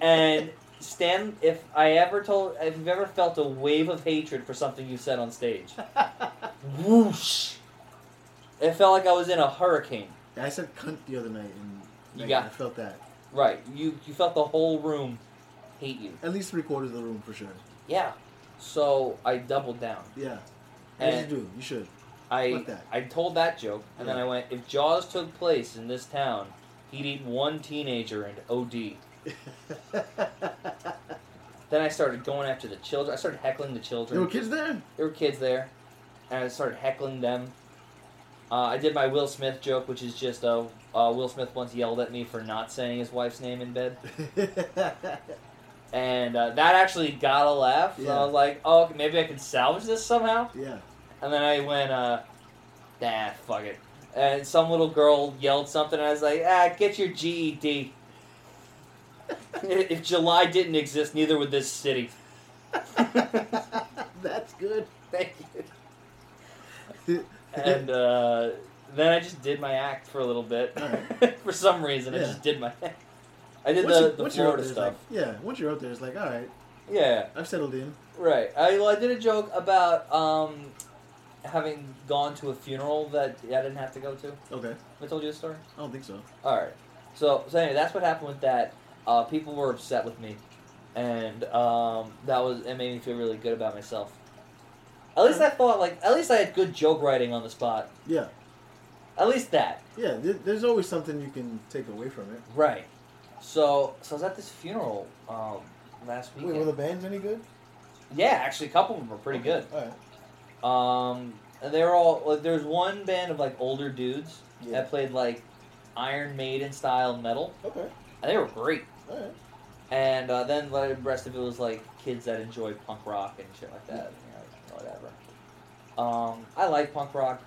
And Stan, if I ever told, if you've ever felt a wave of hatred for something you said on stage, whoosh. It felt like I was in a hurricane.
I said cunt the other night, and
You
like,
got-
I felt that.
Right. You you felt the whole room hate you.
At least three quarters of the room for sure.
Yeah. So I doubled down.
Yeah. As
And
you do. You should.
I
Fuck that.
I told that joke and then
Yeah.
I went, if Jaws took place in this town, he'd eat one teenager and OD. Then I started going after the children. I started heckling the children.
there were kids there.
there were kids there, and I started heckling them. Uh, I did my Will Smith joke, which is just uh, uh, Will Smith once yelled at me for not saying his wife's name in bed, and uh, that actually got a laugh. So I
Yeah.
was like, "Oh, okay, maybe I can salvage this somehow."
yeah.
And then I went, uh, "Nah, fuck it." And some little girl yelled something, and I was like, "Ah, get your GED." if July didn't exist, neither would this city.
That's good.
Thank you. and uh, then I just did my act for a little bit.
Alright.
for some reason, I
Yeah.
just did my act. I did
Once
the,
you-
the
once you're up
Florida
there, it's
stuff.
Like, yeah. Once you're up there, it's like, all right,
Yeah,
I've settled in.
right. I, well, I did a joke about um, having gone to a funeral that I didn't have to go to. Have
Okay.
I told you the story?
I don't think so.
All right. So, so anyway, that's what happened with that. Uh, people were upset with me, and um, that was it made me feel really good about myself. At least I thought like at least I had good joke writing on the spot.
Yeah.
At least that.
Yeah. There, there's always something you can take away from it.
Right. So, so I was at this funeral um, last
Wait,
weekend.
were the bands any good?
yeah, actually, a couple of them were pretty good.
All right.
Um, and they were all like, there's one band of like older dudes
Yeah.
that played like Iron Maiden style metal,
Okay.
and they were great.
All right.
And uh, then like, the rest of it was like kids that enjoy punk rock and shit like that, you know, whatever. Um, I like punk rock,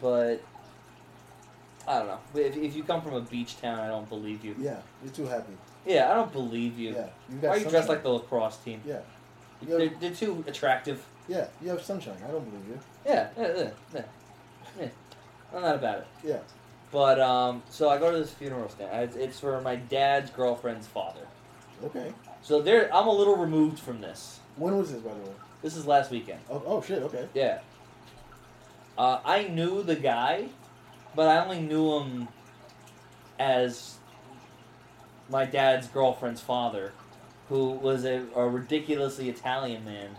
but I don't know. If, if you come from a beach town, I don't believe you.
Yeah. You're too happy.
Yeah, I don't believe you.
Yeah. You
Why are you dressed
sunshine.
like the lacrosse team?
Yeah. You
They're,
have,
they're too attractive.
yeah. You have sunshine. I don't believe you.
Yeah, yeah, yeah, yeah. yeah. I'm not about it.
Yeah.
But um, so I go to this funeral stand. I- It's, it's for my dad's girlfriend's father.
Okay.
So there, I'm a little removed from this.
When was this, by the way?
This is last weekend.
Oh, oh shit. Okay.
Yeah. Uh, I knew the guy, but I only knew him as my dad's girlfriend's father, who was a, a ridiculously Italian man.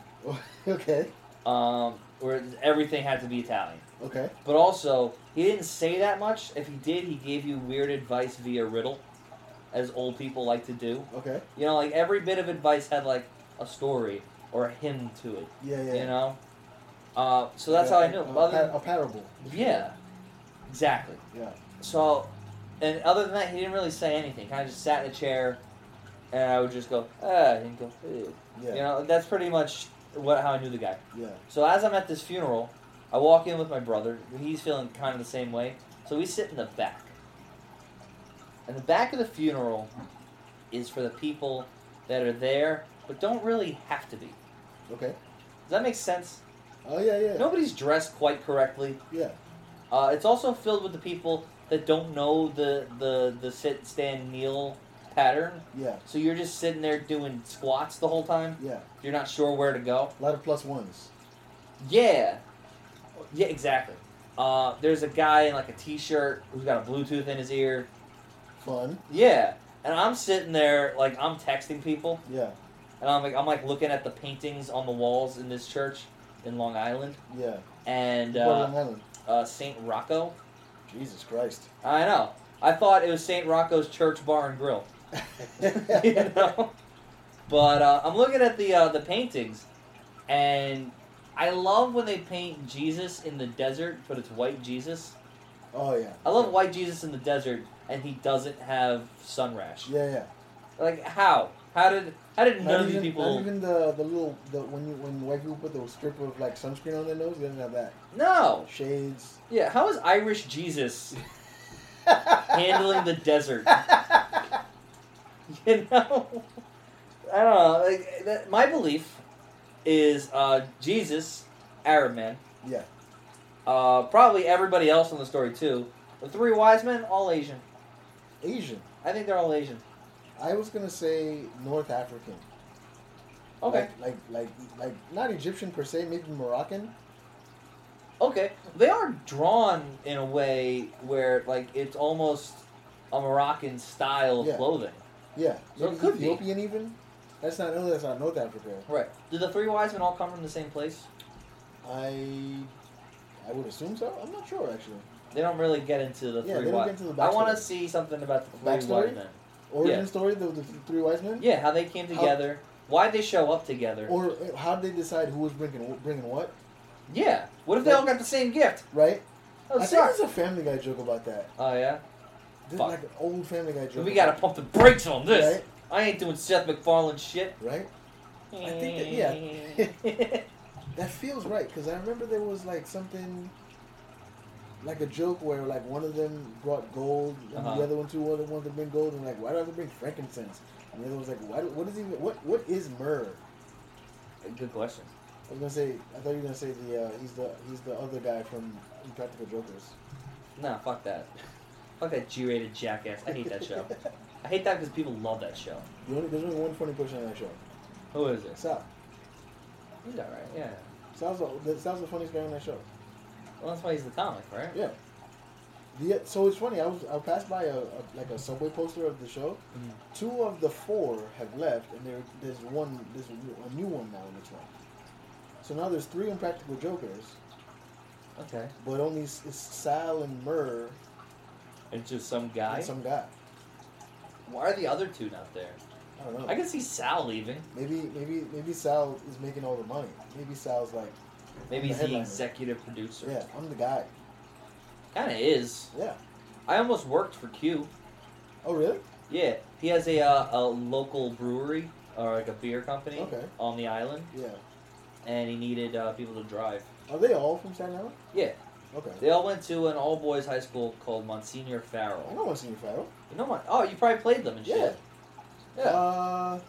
okay.
um, where everything had to be Italian.
Okay.
But also, he didn't say that much. If he did, he gave you weird advice via riddle, as old people like to do.
Okay.
You know, like every bit of advice had like a story or a hymn to it.
Yeah. Yeah.
You know, uh, so that's how I knew.
A,
him. Other
a parable.
yeah, exactly.
Yeah.
So, and other than that, he didn't really say anything. Kind of just sat in a chair, and I would just go, ah, and go, "Ew."
Yeah.
you know, that's pretty much what how I knew the guy.
Yeah.
So as I'm at this funeral, I walk in with my brother. He's feeling kind of the same way. So we sit in the back. And the back of the funeral is for the people that are there, but don't really have to be. Does
Okay.
that make sense?
Oh yeah. Yeah.
Nobody's dressed quite correctly.
Yeah.
Uh, it's also filled with the people that don't know the, the, the sit, stand, kneel pattern.
Yeah.
So you're just sitting there doing squats the whole time.
Yeah.
You're not sure where to go.
A lot of plus ones.
Yeah. Yeah, exactly. Uh, there's a guy in like a t-shirt who's got a Bluetooth in his ear.
Fun.
Yeah. And I'm sitting there like I'm texting people,
Yeah,
and I'm like I'm like looking at the paintings on the walls in this church in Long Island
yeah.
and
Well,
uh,
Long Island.
uh, Saint Rocco.
Jesus Christ.
I know. I thought it was Saint Rocco's Church Bar and Grill. you know. But uh, I'm looking at the uh, the paintings, and I love when they paint Jesus in the desert, but it's white Jesus.
oh yeah.
I love white Jesus in the desert, and he doesn't have sun rash.
Yeah, yeah.
Like how? How did how did none
Not
of these
even,
people?
not even the the little the when you when white people put the strip of like sunscreen on their nose, they didn't have that.
No.
Shades.
Yeah. How is Irish Jesus handling the desert? You know. I don't know. Like, that, my belief is uh, Jesus, Arab man,
yeah.
Uh, probably everybody else in the story too. The three wise men, all Asian.
Asian.
I think they're all Asian.
I was gonna say North African. Like, like like like not Egyptian per se, maybe Moroccan.
Okay. They are drawn in a way where like it's almost a Moroccan style of
Yeah.
clothing.
Yeah.
So it
Maybe
could be.
Ethiopian even. That's not no, that's not North Africa.
Right. Do the three wise men all come from the same place?
I I would assume so. I'm not sure actually.
They don't really get into the
Yeah,
three
they don't
wise.
get into the
I want
backstory.
to see something about the three
Backstory?
wise men.
Origin
Yeah.
story, the, the three wise men.
Yeah, how they came
How-
together, why they show up together.
Or uh, how did they decide who was bringing bringing what?
yeah. What if they all got the same gift?
Right.
That would
I think
suck.
there's a Family Guy joke about that.
Oh yeah.
There's
Fuck.
like an old Family Guy joke.
We
about
gotta pump the brakes on
that,
this. I ain't doing Seth MacFarlane shit.
Right. Right. I think that- yeah. That feels right because I remember there was like something, like a joke where like one of them brought gold and
Uh-huh.
the other one too wanted, wanted to bring gold and like why do I bring frankincense? And the other was like why, do- what is even what what is myrrh?
Good question.
I was gonna say I thought you were gonna say the uh, he's the he's the other guy from Impractical Jokers.
Nah, fuck that. Fuck that G-rated jackass. I hate that show. I hate that because people love that show.
The only, there's only one funny person on that show.
Who is this?
Sal.
He's alright, yeah.
Sal's the, the- Sal's the funniest guy on that show.
Well, that's why he's the comic, right?
Yeah. The, so it's funny. I was I passed by a, a like a subway poster of the show.
Mhm.
Two of the four have left, and there there's one there's a new- a new one now in the truck. So now there's three impractical jokers,
Okay.
but only s- it's Sal and Murr
It's just some guy.
and some guy.
Why are the other two not there?
I don't know.
I can see Sal leaving.
maybe maybe maybe Sal is making all the money. Maybe Sal's like,
Maybe
The
he's the
headliner.
executive producer.
yeah, I'm the guy.
Kinda is.
Yeah.
I almost worked for Q.
Oh really?
Yeah. He has a, uh, a local brewery, or like a beer company
Okay.
on the island,
Yeah.
and he needed uh, people to drive.
Are they all from Staten Island?
Yeah.
Okay.
They all went to an all boys high school called Monsignor
I
Farrell.
know what's in your file.
You know what? Oh, you probably played them and shit.
Yeah.
Yeah.
Uh,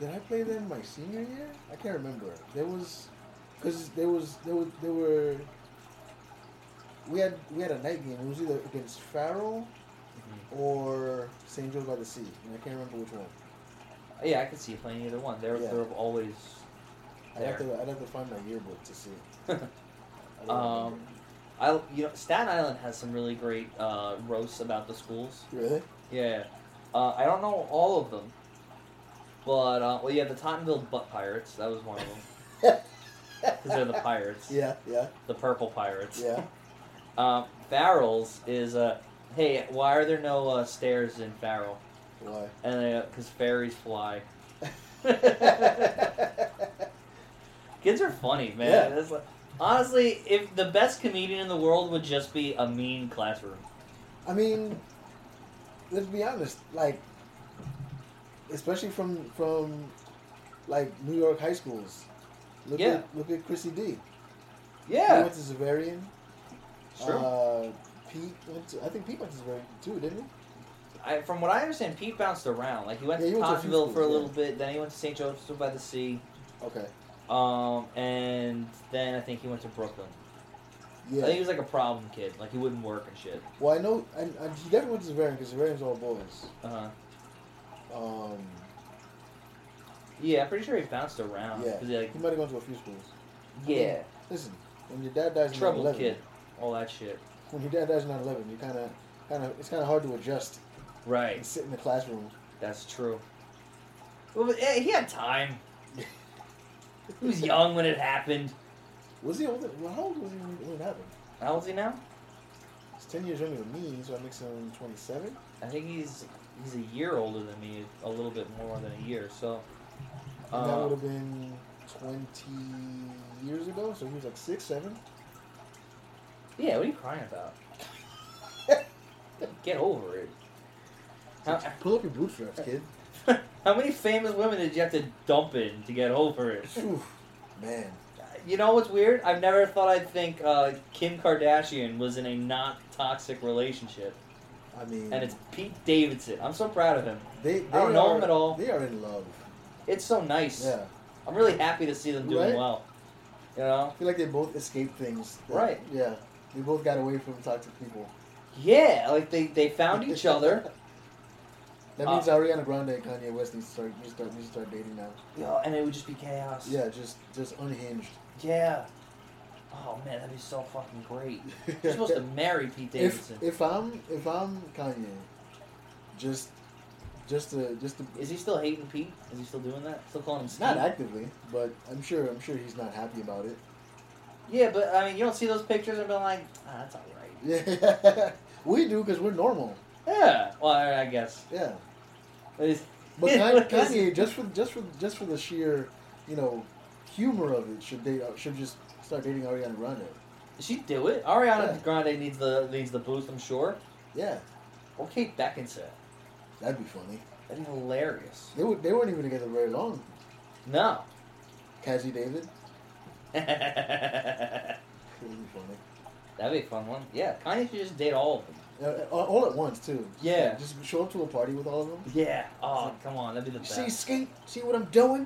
did I play them my senior year? I can't remember. There was, cause there was there were, there were. We had we had a night game. It was either against Farrell
Mm-hmm.
or St. Joe by the Sea, and I can't remember which one.
yeah, I could see you playing either one. They're
Yeah.
they're always.
I'd have,
There.
to, I'd have to find my yearbook to see. I don't
Um,
remember.
I you know Staten Island has some really great uh, roasts about the schools.
really?
Yeah. Uh, I don't know all of them, but uh, well, yeah, the Tottenville Butt Pirates. That was one of them because they're the Pirates,
yeah, yeah,
the Purple Pirates.
yeah.
Um, Farrell's is uh, hey, why are there no uh, stairs in Farrell?
Why?
And because fairies fly. Kids are funny, man.
Yeah.
That's like- honestly, if the best comedian in the world would just be a mean classroom.
I mean, let's be honest. Like, especially from from like New York high schools. Look
Yeah.
at look at Chrissy D. He
Yeah,
went to Zavarian.
sure.
Uh, Pete went to. I think Pete went to Zavarian too, didn't he?
I, from what I understand, Pete bounced around. Like he went
Yeah,
to
he went to a few
Tottenville for a
schools,
little bit, then he went to St. Joseph by the Sea,
Okay.
um, and then I think he went to Brooklyn. I
Yeah.
think he was like a problem kid. Like he wouldn't work and shit.
well, I know. I, I, he definitely went to Zavarian because Zavarian's all boys.
Uh huh.
Um,
Yeah, I'm pretty sure he bounced around.
Yeah.
'cause he, like,
he might have gone to a few schools.
yeah,
Listen, when your dad dies in
trouble
9/11,
kid, all that shit.
when your dad dies in 9/11, you kind of kind of it's kind of hard to adjust.
Right.
and sit in the classroom.
That's true. Well, but, eh, he had time. He was young when it happened.
Was he older? Well, how old was he when when it happened?
How old's he now?
He's ten years younger than me, so that makes him twenty-seven.
I think he's he's a year older than me, a little bit more than a year. So,
And that
uh,
would have been twenty years ago. So he was like six, seven.
yeah. What are you crying about? Get over it. How,
Pull up your bootstraps, kid.
how many famous women did you have to dump in to get over it?
Phew, man.
You know what's weird? I've never thought I'd think uh, Kim Kardashian was in a not toxic relationship,
I mean,
and it's Pete Davidson. I'm so proud of him.
they, they
don't
are,
know him at all.
They are in love.
It's so nice.
Yeah,
I'm really happy to see them doing
Right?
well. You know?
I feel like they both escaped things. that-
Right.
Yeah, they both got away from toxic people.
Yeah, like they, they found each other.
That
Uh,
means Ariana Grande and Kanye West need to start need to start, need to start dating now.
Yo, and it would just be chaos.
Yeah, just just unhinged.
Yeah. Oh man, that'd be so fucking great. You're supposed to marry Pete
if
Davidson.
if I'm if I'm Kanye, just just to just to
Is he still hating Pete? Is he still doing that? Still calling him
not
Skeet?
actively, but I'm sure I'm sure he's not happy about it.
Yeah, but I mean, you don't see those pictures and be like, ah, that's all right.
Yeah, we do because we're normal.
Yeah. Well, I I guess.
Yeah,
It is-
but
it
Kanye,
was-
Kanye just for just for just for the sheer you know humor of it should date should just start dating Ariana Grande.
she do it. Ariana
Yeah.
Grande needs the needs the boost, I'm sure.
Yeah,
Or Kate Beckinsale.
that'd be funny.
That'd be hilarious.
They were, they weren't even together very long.
No.
Cassie David,
That'd
that'd be funny.
be a fun one. Yeah, Kanye should just date all of them.
Uh, all- all at once too. Just-
Yeah.
just show up to a party with all of them.
Yeah. Oh, come on, that'd be the best.
See, skate. See what I'm doing?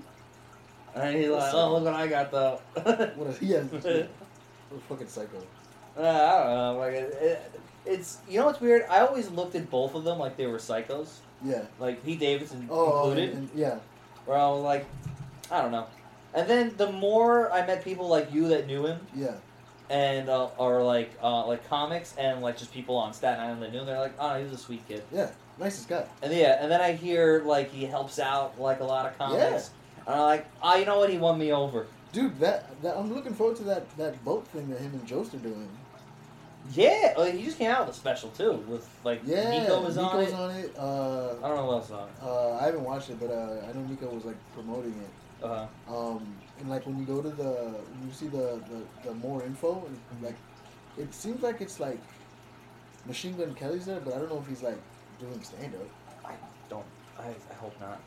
and he's like, oh, look what I got though.
What a yeah, what a fucking psycho.
Uh, I don't know. Like, it, it- it's you know what's weird? I always looked at both of them like they were psychos,
Yeah.
like Pete Davidson
Oh, oh, and,
included.
and- yeah.
where I was like, I don't know. And then the more I met people like you that knew him,
Yeah.
and uh, or like uh, like comics and like just people on Staten Island that knew him, they're like, oh, he's a sweet kid.
Yeah. Nicest guy.
And yeah, and then I hear like he helps out like a lot of comics, and I'm like, oh, you know what? He won me over.
Dude, that, that I'm looking forward to that, that boat thing that him and Jost are doing.
Yeah, like, he just came out with a special too, with like
Yeah,
Nico was on
Nico's
it.
on it. Uh,
I don't know what else on. it.
uh, I haven't watched it, but uh, I know Nico was like promoting it.
Uh,
Um, and like when you go to the, when you see the, the, the more info,
Mm-hmm.
and, like it seems like it's like Machine Gun Kelly's there, but I don't know if he's like doing stand up.
I don't. I, I hope not.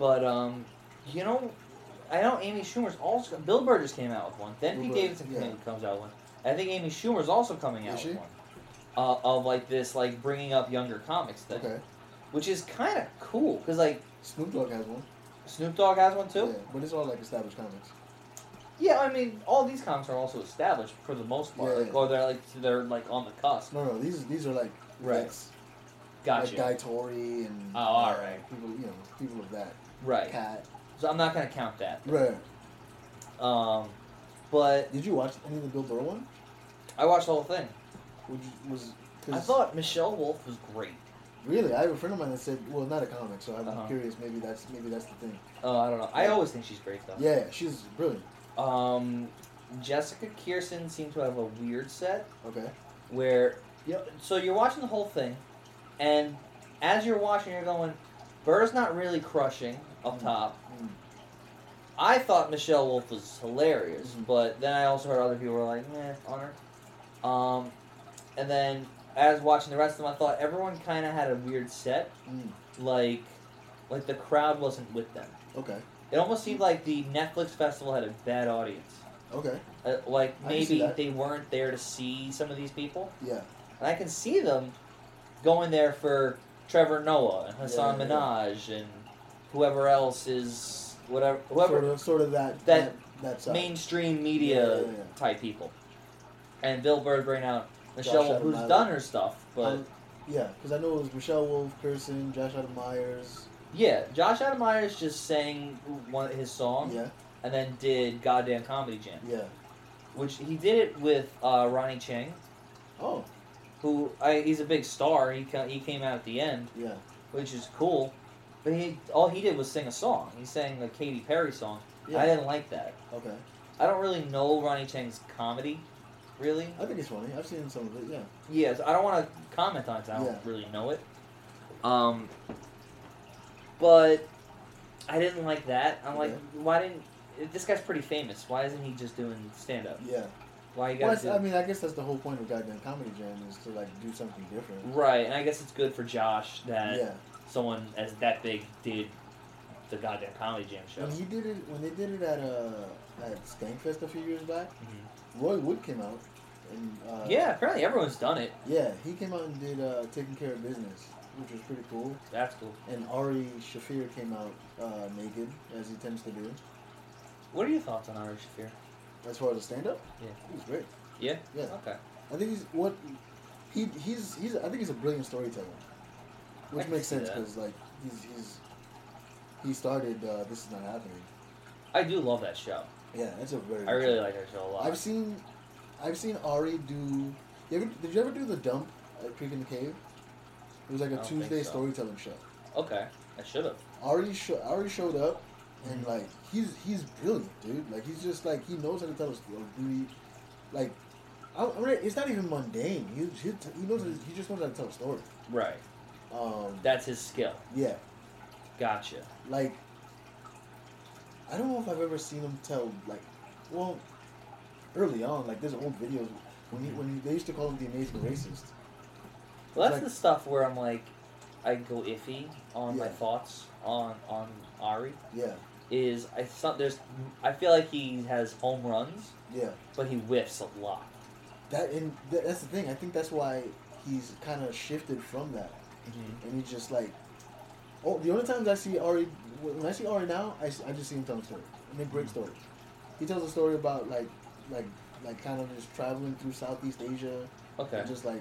But um, you know, I know Amy Schumer's also. Bill Burr just came out with one. Then
Bill
Pete
Burr,
Davidson came-
yeah.
comes out with one. I think Amy Schumer's also coming
Is
out
she?
with one. Uh, of like this, like bringing up younger comics thing,
Okay.
which is kind of cool because like
Snoop Dogg has one.
Snoop Dogg has one too.
Yeah, but it's all like established comics.
Yeah, I mean, all these comics are also established for the most part,
Yeah.
like, or they're like they're like on the cusp.
No, no, these these are like
Right.
vets.
Gotcha.
Like Guy Tori and
Oh, all
uh,
right.
people, you know, people of that
right.
cat.
So I'm not gonna count that.
Right.
Um, but
Did you watch any of the Bill Burr one?
I watched the whole thing.
Which was
I thought Michelle Wolf was great.
really I have a friend of mine that said, well, not a comic, so I'm
Uh-huh.
curious. Maybe that's maybe that's the thing.
Oh, I don't know. I always think she's great though.
Yeah, she's brilliant.
Um, Jessica Kirsten seemed to have a weird set
Okay.
where, so you're watching the whole thing, and as you're watching, you're going, Burr's not really crushing up
Mhm.
top.
Mm.
I thought Michelle Wolf was hilarious,
Mhm.
but then I also heard other people were like, "Meh, on her." Um, and then as watching the rest of them, I thought everyone kind of had a weird set,
Mm.
like, like the crowd wasn't with them.
Okay.
It almost seemed like the Netflix festival had a bad audience.
Okay.
Uh, like
I can see
maybe
that.
they weren't there to see some of these people,
Yeah.
and I can see them going there for Trevor Noah and Hassan
Yeah, yeah,
Minaj and whoever else is whatever whoever
Sort of, sort of that
That
that that side. Um,
mainstream media
Yeah, yeah, yeah.
type people. And Bill Bird bringing out
Josh
Michelle, who's
Adamowicz.
done her stuff, but
Um, yeah, because I know it was Michelle Wolf, Pearson, Josh Adam Myers.
yeah, Josh Adameyer's just sang one of his songs
Yeah.
and then did Goddamn Comedy Jam,
Yeah.
which he did it with uh, Ronnie Chang.
Oh.
who I, he's a big star. He ca- he came out at the end,
Yeah.
which is cool. But he all he did was sing a song. He sang a Katy Perry song. I
Yeah.
didn't like that.
Okay.
I don't really know Ronnie Chang's comedy, really.
I think it's funny. I've seen some of it. Yeah.
Yes, I don't want to comment on it. 'cause I don't
Yeah.
really know it. Um, but I didn't like that. I'm like,
Okay.
why didn't this guy's pretty famous? Why isn't he just doing stand up?
Yeah.
Why you
Well,
got
that's- I
to
mean, I guess that's the whole point of goddamn comedy jam is to like do something different.
right? And I guess it's good for Josh that
um, Yeah.
someone as that big did the goddamn comedy jam show.
When he did it, when they did it at uh at Skankfest a few years back, Roy Wood came out. And, uh,
Mm-hmm. Yeah, apparently everyone's done it.
Yeah, he came out and did uh, Taking Care of Business, which was pretty cool.
That's cool.
And Ari Shafir came out uh, naked, as he tends to do.
What are your thoughts on Ari Shafir?
As far as a stand up,
Yeah.
he was great.
Yeah.
Yeah,
Okay.
I think he's what he he's he's I think he's a brilliant storyteller,
I
which
can
makes
see
sense
that.
because like he's he's he started uh, this is not happening.
I do love that show.
Yeah, that's a very.
I really like that show a lot.
I've seen, I've seen Ari do. You ever, did you ever do the dump at Creek in the Cave? It was like
I
a
don't think
Tuesday
so.
storytelling show.
okay. I should have.
Ari sho- Ari showed up, and
Mm-hmm.
like he's he's brilliant, dude. Like he's just like he knows how to tell a story. Really, like, I, I mean, it's not even mundane. He he, he knows how to- he just knows how to tell a story.
Right.
Um,
That's his skill.
yeah,
Gotcha.
like I don't know if I've ever seen him tell like, well, early on, like there's old videos when he, when he, they used to call him the amazing racist.
Well, that's
Like-
the stuff where I'm like, I go iffy on my
Yeah.
thoughts on on Ari.
Yeah,
Is I some, there's I feel like he has home runs,
yeah.
but he whiffs a lot.
That and th- that's the thing. I think that's why he's kind of shifted from that,
Mm-hmm.
and he's just like, oh, the only times I see Ari, when I see Ari now, I, s- I just see him tell a story, and a great story. He tells a story about like like like kind of just traveling through Southeast Asia,
Okay,
and just like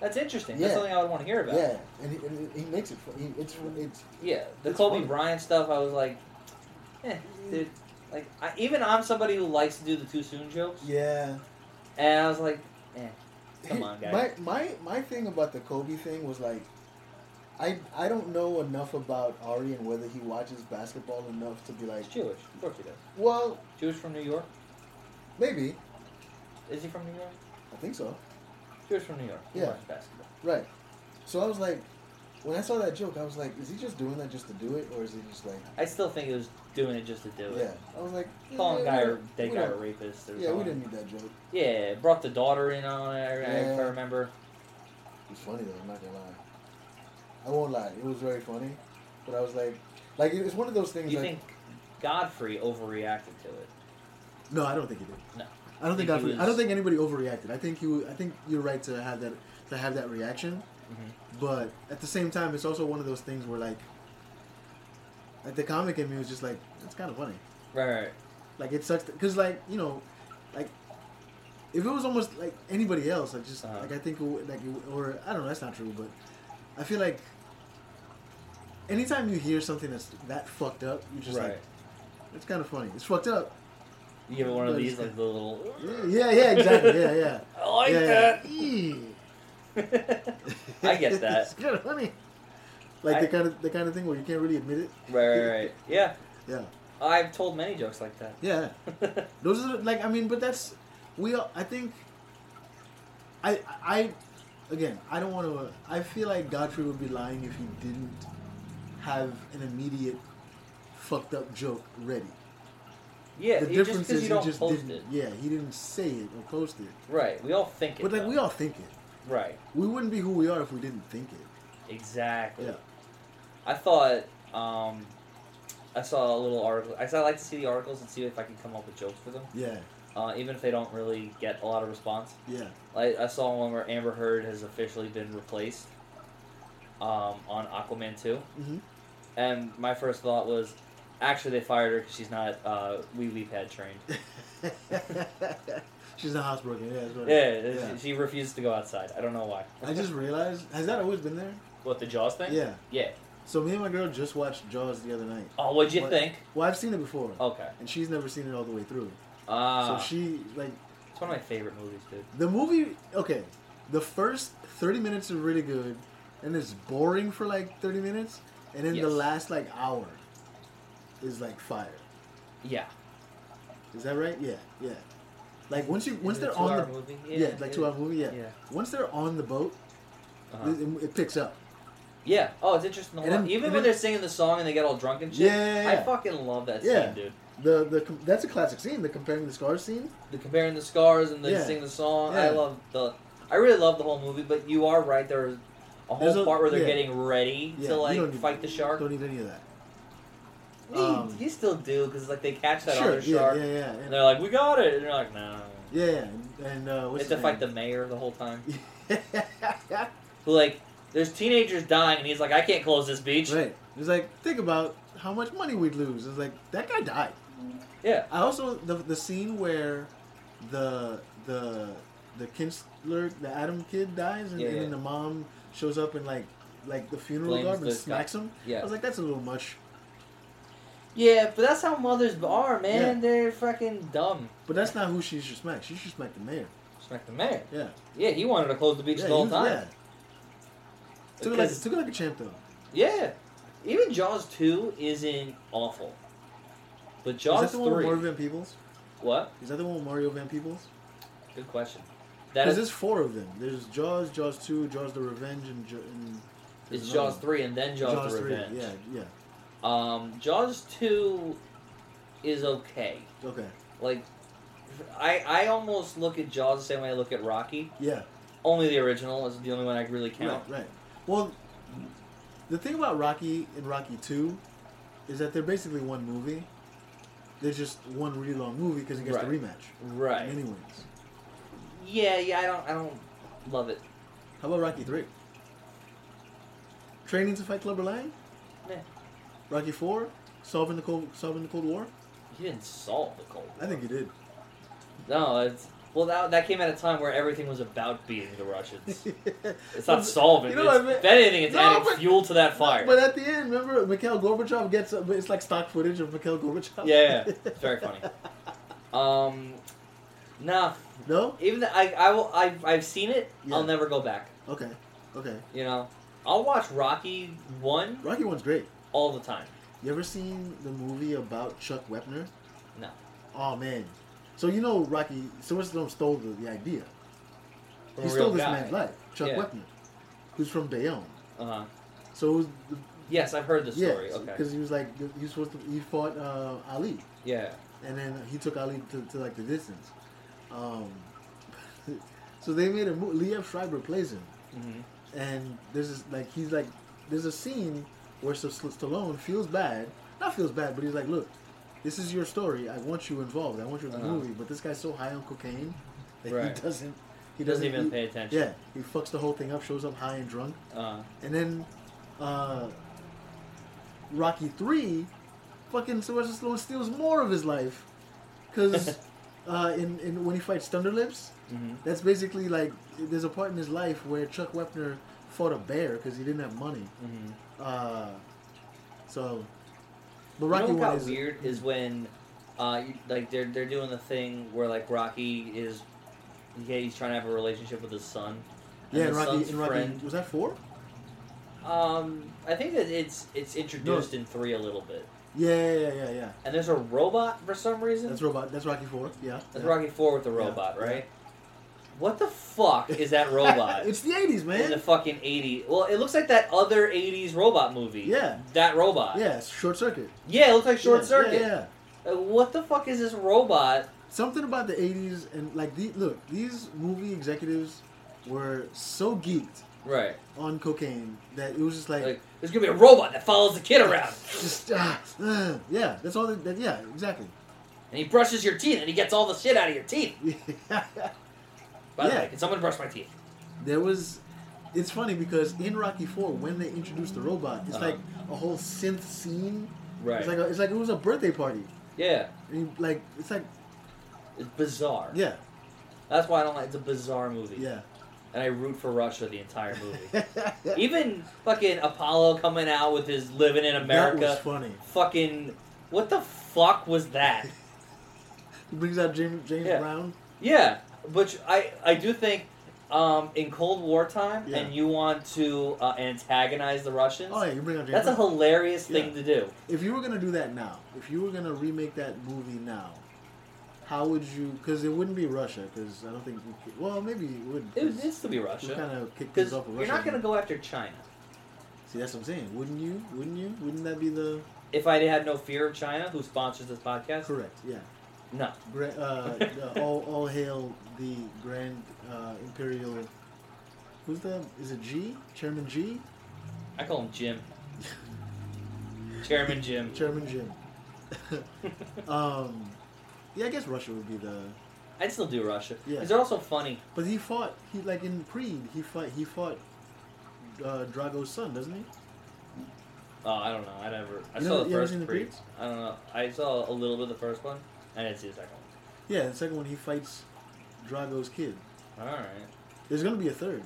that's interesting.
Yeah.
That's something I would want to hear about.
yeah, and he, and he he makes it. fu- He, it's it's
Yeah, the
It's
Kobe
funny.
Bryant stuff. I was like, eh, dude. Like I, even I'm somebody who likes to do the too soon jokes,
yeah.
and I was like, eh, come on, guys.
My my my thing about the Kobe thing was like, I I don't know enough about Ari and whether he watches basketball enough to be like,
He's Jewish. Of course he does.
well,
Jewish from New York.
maybe
Is he from New York?
I think so,
Jewish from New York. He
Yeah.
watches basketball.
right? So I was like, when I saw that joke, I was like, is he just doing that just to do it, or is he just like,
I still think it was doing it just to do
yeah?
it.
I was like,
Calling
yeah,
guy
we
or
don't-
they
we
got a
don't-
rapist. Or
Yeah, we
something.
didn't need that joke.
Yeah, brought the daughter in on it. I, I
Yeah.
can't remember.
It's funny though. I'm not gonna lie. I won't lie. It was very funny, but I was like, like it's one of those things.
You
like,
think Godfrey overreacted to it?
No, I don't think he did.
No.
I don't
Think
think,
he
Godfrey, I
was-
don't think anybody overreacted. I think you. I think you're right to have that to have that reaction,
Mm-hmm.
but at the same time, it's also one of those things where like, like the comic in me was just like, that's kind of funny.
Right, right, right.
Like it sucks because like you know, like if it was almost like anybody else, I just
Uh-huh.
like I think it would- like it would- or I don't know. That's not true, but I feel like anytime you hear something that's that fucked up, you're just
right.
like, it's kind of funny. It's fucked up.
you give it one of
No,
these
just
like the little.
Yeah, yeah, exactly. Yeah, yeah.
I like
yeah,
that.
yeah.
I get
it's
that.
kind of funny. Like
I-
the kind of the kind of thing where you can't really admit it.
Right, right, right. Yeah,
Yeah,
I've told many jokes like that.
yeah. Those are the- like I mean, but that's we. All, I think. I I again I don't want to. I feel like Godfrey would be lying if he didn't have an immediate fucked up joke ready.
yeah,
the
it- just
difference
because you
is he
don't
just
post
didn't.
it.
Yeah, he didn't say it or post it.
Right, we all think it.
But like
though.
we all think it.
Right,
We wouldn't be who we are if we didn't think it.
exactly.
Yeah.
I thought um, I saw a little article. I said I like to see the articles and see if I can come up with jokes for them,
Yeah.
uh, even if they don't really get a lot of response.
Yeah.
Like I saw one where Amber Heard has officially been replaced um, on Aquaman two,
Mhm.
and my first thought was, actually they fired her because she's not uh, wee wee pad trained.
She's not housebroken. Yeah. That's right.
Yeah,
Yeah.
She, she refused to go outside. I don't know why.
I just realized has that always been there?
what the Jaws thing?
Yeah.
Yeah.
So me and my girl just watched Jaws the other night.
Oh, what'd you
What?
think?
Well, I've seen it before,
Okay.
and she's never seen it all the way through.
Ah,
so she like
it's one of my favorite movies, dude.
the movie. Okay, the first 30 minutes are really good and it's boring for like 30 minutes and then the
Yes.
last like hour is like fire
Yeah.
is that right yeah yeah like once you once
Is it a
they're on
two-hour
the
movie?
yeah, like two hour movie yeah.
Yeah.
once they're on the boat
Uh-huh.
it, it picks up
Yeah. Oh, it's interesting. To
And
watch.
then-
Even
and
when
then-
they're singing the song and they get all drunk and shit.
Yeah.
I fucking love that scene,
Yeah.
dude.
the the com- that's a classic scene the comparing the scars scene
The comparing the scars and they
Yeah.
sing the song. I
Yeah.
love the. I really love the whole movie, but you are right. There's a whole
There's a-
part where they're
yeah.
getting ready
yeah
to
you don't
like
need-
fight the shark.
don't need any of that
You-
um,
you still do because like they catch that
sure
other
yeah,
shark
yeah yeah
and
yeah
they're like, "We got it," and you're like, "No."
yeah, yeah. and uh
They
what's
have to fight the mayor the whole time.
the
Who like, there's teenagers dying, and he's like, "I can't close this beach."
Right. It's like, think about how much money we'd lose. It's like that guy died.
Yeah.
I also the the scene where the the the Kinsler the Adam kid dies and,
Yeah,
and
yeah.
then the mom shows up and like like the funeral
Blames
garb and
the
smacks him.
Yeah.
I was like, that's a little much.
Yeah, but that's how mothers are, man.
Yeah.
They're fucking dumb.
But that's not who she should smack. She should smack the mayor.
Smack the mayor.
Yeah.
Yeah, he wanted to close the beach
yeah,
the whole
he was-
time.
yeah. Took it, like,
Because-
took it like a champ though.
Yeah. Even Jaws 2 isn't awful. But Jaws
Is that the one with
3.
Mario Van Peebles?
What?
Is that the one with Mario Van Peebles?
Good question. That
Because
is,
there's four of them. There's Jaws, Jaws two, Jaws the Revenge, and, Jo- and there's
it's
another
Jaws
one.
3 and then Jaws, the
three.
Revenge.
Yeah, yeah.
Um, Jaws 2 is okay.
Okay.
Like, I, I almost look at Jaws the same way I look at Rocky.
Yeah.
Only the original is the only one I really count.
Right. Right. Well, the thing about Rocky and Rocky Two is that they're basically one movie. They're just one really long movie because it gets the
Right.
rematch.
Right.
Anyways,
Yeah, yeah, I don't I don't love it.
how about Rocky Three? Training to fight Clubber Lang.
Meh.
Rocky Four, solving the cold, solving the Cold War.
He didn't solve the Cold
I
War.
think you did.
No, it's well that, that came at a time where everything was about beating the Russians. It's
Well,
not solving.
you know what
it's,
I mean?
If anything, it's
No,
adding
but-
fuel to that fire.
But at the end, remember Mikhail Gorbachev gets up, but it's like stock footage of Mikhail Gorbachev.
yeah, yeah, it's very funny. Um, nah,
no.
even though I, I will, I've, I've seen it. I'll
Yeah.
never go back.
Okay. Okay.
You know, I'll watch Rocky one
Rocky One's great.
all the time.
You ever seen the movie about Chuck Wepner?
No.
Oh man. So you know Rocky Silverstone stole the, the idea.
From
he
a
stole
real
this
guy.
man's life, Chuck
Yeah.
Wepner, who's from Bayonne.
Uh huh.
So it was the,
Yes, I've heard the
yeah,
story. okay.
because he was like he was supposed to he fought uh, Ali,
Yeah.
and then he took Ali to, to like the distance. Um, so they made a movie. Liev Schreiber plays him,
hmm
and there's this, like he's like there's a scene where St- St- Stallone feels bad, not feels bad, but he's like, look, this is your story. I want you involved. I want you in the
Uh-huh.
movie. But this guy's so high on cocaine that
Right.
he doesn't.
He doesn't even
he-
pay attention.
Yeah, he fucks the whole thing up. Shows up high and drunk,
Uh,
and then uh, Rocky Three, fucking Sylvester Stallone steals more of his life, because uh, in, in when he fights Thunderlips,
mhm.
that's basically like there's a part in his life where Chuck Wepner fought a bear because he didn't have money.
Mhm.
Uh, so, but
You know
Rocky
what
One
got
is mm-hmm.
weird is when, uh, you- like they're they're doing the thing where like Rocky is, yeah, he's trying to have a relationship with his son. And
yeah,
the
in Rocky,
son's
in Rocky
friend.
was that four?
Um, I think that it's it's introduced in three a little bit,
Yeah, yeah, yeah, yeah.
and there's a robot for some reason.
That's robot. That's Rocky Four. Yeah,
That's
yeah.
Rocky Four with the
Yeah,
robot,
yeah.
right? What the fuck is that robot?
it's the '80s,
in the
man.
fucking 80s. Well, it looks like that other 80s robot movie.
Yeah.
That robot.
Yeah, it's Short Circuit.
Yeah, it looks like Short
Yeah,
Circuit.
Yeah, yeah.
Uh, What the fuck is this robot?
Something about the '80s and like the look. These movie executives were so geeked
Right.
on cocaine that it was just like,
Like, there's gonna be a robot that follows the kid around,
just ah, uh, yeah. That's all. That, that, yeah, exactly.
and he brushes your teeth, and he gets all the shit out of your teeth. By the
Yeah.
way, can someone brush my teeth?
there was. It's funny because in Rocky Four, when they introduced the robot, it's
Uh-huh.
like a whole synth scene.
Right.
It's like a, it's like it was a birthday party.
yeah,
And you, like it's like
it's bizarre.
yeah,
That's why I don't like. It's a bizarre movie.
yeah.
And I root for Russia the entire movie. Even fucking Apollo coming out with his living in
That was
America.
funny.
Fucking what the fuck was that?
He brings out James James
Yeah.
Brown.
yeah, but I I do think um, in Cold War time
Yeah.
and you want to uh, antagonize the Russians,
Oh yeah, you bring out James
that's a
Bond.
hilarious thing
Yeah.
to do.
If you were gonna do that now, if you were gonna remake that movie now, how would you? Because it wouldn't be Russia. Because I don't think. we could- Well, maybe it would.
It would needs to be Russia
kind of kicked
because
things off with
you're
Russia.
not going to go after China.
See, that's what I'm saying. Wouldn't you? Wouldn't you? Wouldn't that be the
If I had no fear of China, who sponsors this podcast,
correct? Yeah.
no,
Gra- uh, the, all, all hail the Grand uh, Imperial. Who's the? Is it G? Chairman G?
I call him Jim, Chairman Jim.
Chairman Jim. um, yeah, I guess Russia would be the.
I'd still do Russia.
Yeah.
Because they're also funny.
But he fought. He like in Creed. He fought. He fought. Uh, Drago's son, doesn't he?
Oh, I don't know. I never. I
You
saw
never-
the
you ever
first
seen the
three.
Creeds?
I don't know. I saw a little bit of the first one. I didn't see the second one.
Yeah, the second one he fights Drago's kid.
All right.
There's gonna be a third.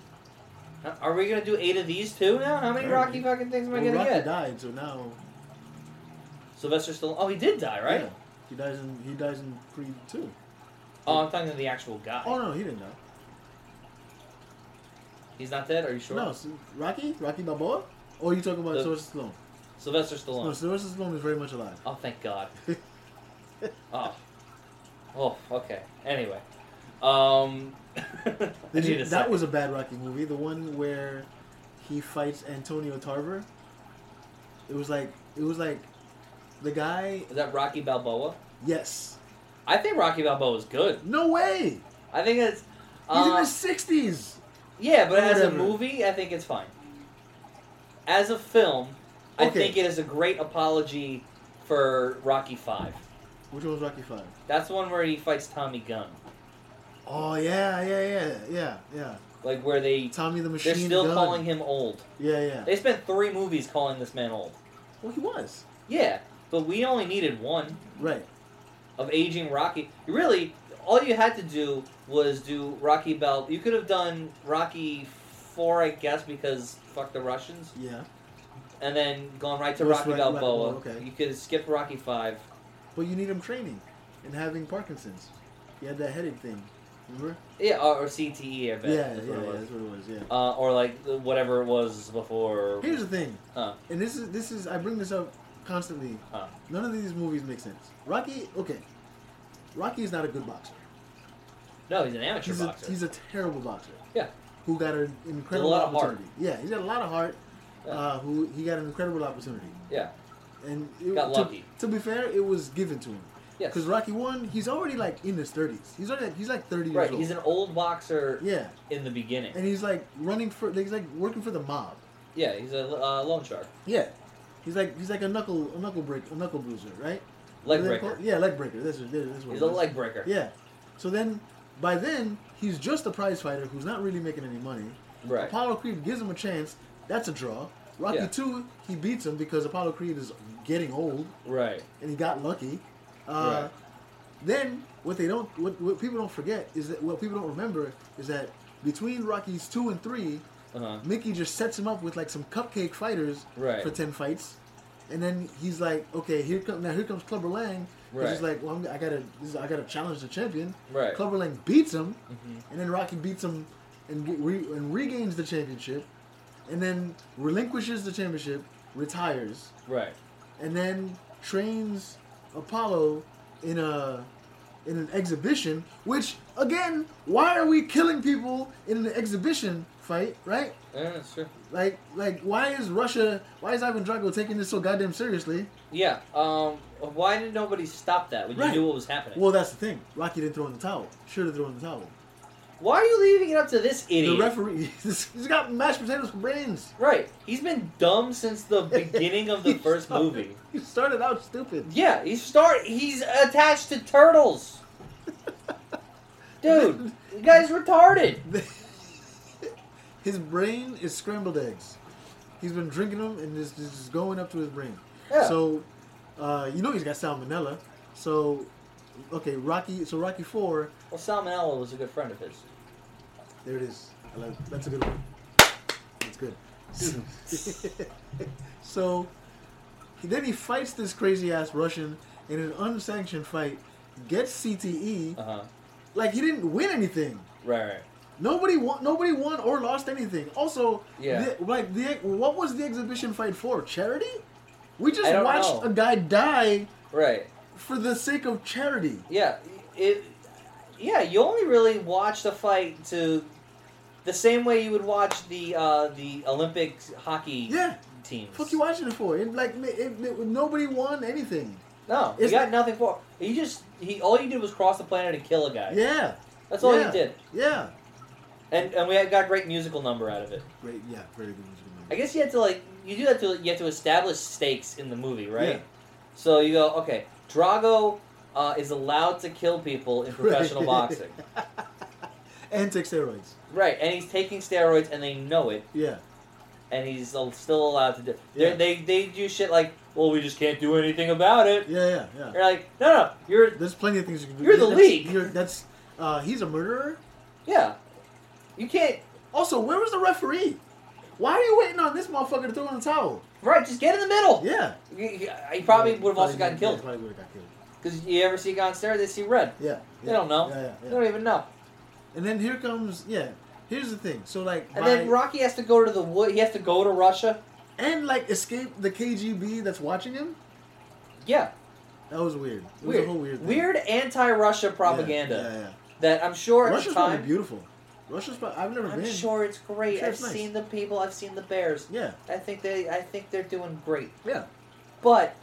Are we gonna do eight of these too now? How many
Sure.
Rocky fucking things am I
Well,
gonna
Rocky
get?
died, so now
Sylvester Stallone. Oh, he did die, right?
yeah, he dies in he dies in Creed two.
Oh, I'm talking to the actual guy.
Oh no, he didn't die.
He's not dead. Are you sure?
No, s- Rocky, Rocky Balboa. Or are you talking about
The-
Sylvester Stallone?
Sylvester
No,
Stallone.
Sylvester Stallone is very much alive.
Oh, thank God. Oh. Oh. Okay. Anyway. Um. I
Did
need
you,
a
that
second.
was a bad Rocky movie. The one where he fights Antonio Tarver. It was like it was like the guy.
Is that Rocky Balboa?
Yes.
I think Rocky Balboa is good.
No way.
I think it's.
He's in
uh,
his sixties.
Yeah, but as a
Whatever.
movie, I think it's fine. As a film, I
Okay.
think it is a great apology for Rocky Five.
Which one was Rocky Five?
That's the one where he fights Tommy Gunn,
Oh yeah, yeah, yeah, yeah, yeah.
like where they
Tommy the Machine.
they're still
Gun.
calling him old.
Yeah, yeah.
They spent three movies calling this man old.
Well, he was
Yeah, but we only needed one
right.
of aging Rocky. Really, all you had to do was do Rocky Bell. You could have done Rocky Four, I guess, because fuck the Russians.
Yeah,
and then gone right to
Just
Rocky
right- right-
Balboa.
well, okay.
You could have skipped Rocky Five.
but you need him training and having Parkinson's. He had that headache thing. Remember?
Yeah, or, or CTE, I bet.
yeah,
is what it
yeah, yeah,
was.
that's what it was. Yeah.
Uh, or like the- whatever it was before.
Here's the thing,
Uh.
and this is this is I bring this up constantly.
Uh.
None of these movies make sense. Rocky, okay, Rocky is not a good boxer.
no, he's an amateur
He's a,
boxer.
he's a terrible boxer.
Yeah.
Who got an incredible
lot of heart.
opportunity? Yeah, he's got a lot of heart.
Yeah.
Uh, who he got an incredible opportunity,
yeah.
and it,
Got
to-
lucky.
To, be fair, it was given to him.
Yes.
Because Rocky one, he's already like in his thirties. He's already he's like thirty years
Right.
old.
He's an old boxer
yeah,
in the beginning.
and he's like running for he's like working for the mob.
yeah, he's a uh, loan shark,
Yeah, he's like he's like a knuckle a knuckle break a knuckle bruiser,
leg
right? What do they
breaker.
call- Yeah, leg breaker. That's what, that's what
He's
it
a
was.
leg breaker.
Yeah. So then, by then, he's just a prize fighter who's not really making any money.
Right.
Apollo Creed gives him a chance. That's a draw. Rocky
Yeah.
two, he beats him because Apollo Creed is getting old
Right.
and he got lucky. Uh,
Right.
Then what they don't, what, what people don't forget is that what people don't remember is that between Rockies two and three,
Uh huh.
Mickey just sets him up with like some cupcake fighters
Right.
for ten fights, and then he's like, okay, here come now here comes Clubber Lang. 'cause
Right.
He's like, well, I'm, I gotta this is, I gotta challenge the champion.
Right. Mm-hmm.
Clubber Lang beats him, and then Rocky beats him and ge- re, and regains the championship, and then relinquishes the championship, retires,
Right.
and then trains Apollo in a in an exhibition. Which again, why are we killing people in an exhibition fight? Right.
Yeah, that's true.
Like, like, why is Russia? Why is Ivan Drago taking this so goddamn seriously?
Yeah. Um. Why did nobody stop that when
Right.
you knew what was happening?
Well, that's the thing. Rocky didn't throw in the towel. Should have thrown in the towel.
why are you leaving it up to this idiot?
The referee, he's got mashed potatoes for brains.
Right. He's been dumb since the beginning of the
He
first
started-
movie.
He started out stupid.
Yeah, he start he's attached to turtles. Dude, the guy's retarded.
His brain is scrambled eggs. He's been drinking them, and this this is going up to his brain.
Yeah.
So, uh, you know he's got salmonella. So, okay, Rocky. So Rocky Four.
Well, Salmonella was a good friend of his.
There it is. I love That's a good one. That's good. so he, then he fights this crazy ass Russian in an unsanctioned fight, gets CTE.
Uh huh.
Like he didn't win anything.
Right, right.
Nobody won. Nobody won or lost anything. Also,
Yeah.
the- like the what was the exhibition fight for? Charity? We just
I don't
watched
know.
a guy die
Right.
for the sake of charity.
Yeah. It. Yeah. You only really watch the fight to, the same way you would watch the uh, the Olympic hockey
Yeah.
teams.
Fuck you watching it for? It like it, it- nobody won anything.
No, you
It's
got
like-
nothing for. You just he all you did was cross the planet and kill a guy.
Yeah,
That's all
yeah.
he did,
yeah.
and and we had, got a great musical number out of it.
Great, yeah, very good. music
I
number.
guess you had to like you do that to you have to establish stakes in the movie, right?
Yeah.
So you go okay, Drago uh, is allowed to kill people in professional
Right.
boxing,
And take steroids.
right? And he's taking steroids, and they know it,
Yeah,
and he's al- still allowed to do.
Yeah.
they They they do shit like, well, we just can't do anything about it.
yeah, yeah, yeah.
You're like, no, no, you're
There's plenty of things you can do.
You're the
That's-
league.
You're, that's uh, he's a murderer.
yeah, you can't.
Also, where was the referee? Why are you waiting on this motherfucker to throw in the towel?
Right, just get in the middle.
Yeah.
He, he- he probably would have also gotten
yeah,
killed.
Probably would have got killed.
Because you ever see a guy on steroids, they see red.
Yeah.
They
yeah,
don't know.
Yeah, yeah,
They
yeah.
don't even know.
And then here comes yeah. Here's the thing. So like
And
by-
then Rocky has to go to the wood. He has to go to Russia.
and like escape the KGB that's watching him.
Yeah,
That was weird. It was
weird,
a whole weird thing.
weird anti-Russia
Yeah,
propaganda
Yeah, yeah.
that I'm sure at
Russia's
the
probably
time.
beautiful. Russia's probably I've never
I'm
been.
sure it's great.
I'm sure
I've
it's nice.
seen the people. I've seen the bears.
Yeah.
I think they. I think they're doing great.
Yeah.
But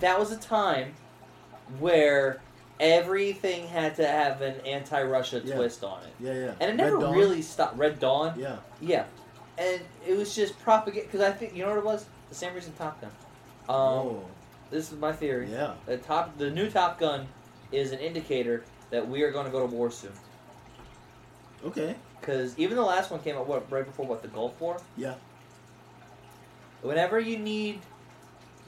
that was a time where everything had to have an anti-Russia
Yeah.
twist on it,
Yeah, yeah.
and it
Red
never
Dawn.
really stopped. Red Dawn.
Yeah.
Yeah, and it was just propaganda. Because I think you know what it was. The same reason Top Gun. Um,
oh.
This is my theory.
Yeah.
The top, the new Top Gun, is an indicator that we are going to go to war soon.
Okay.
Because even the last one came out what right before what the Gulf War.
Yeah.
Whenever you need,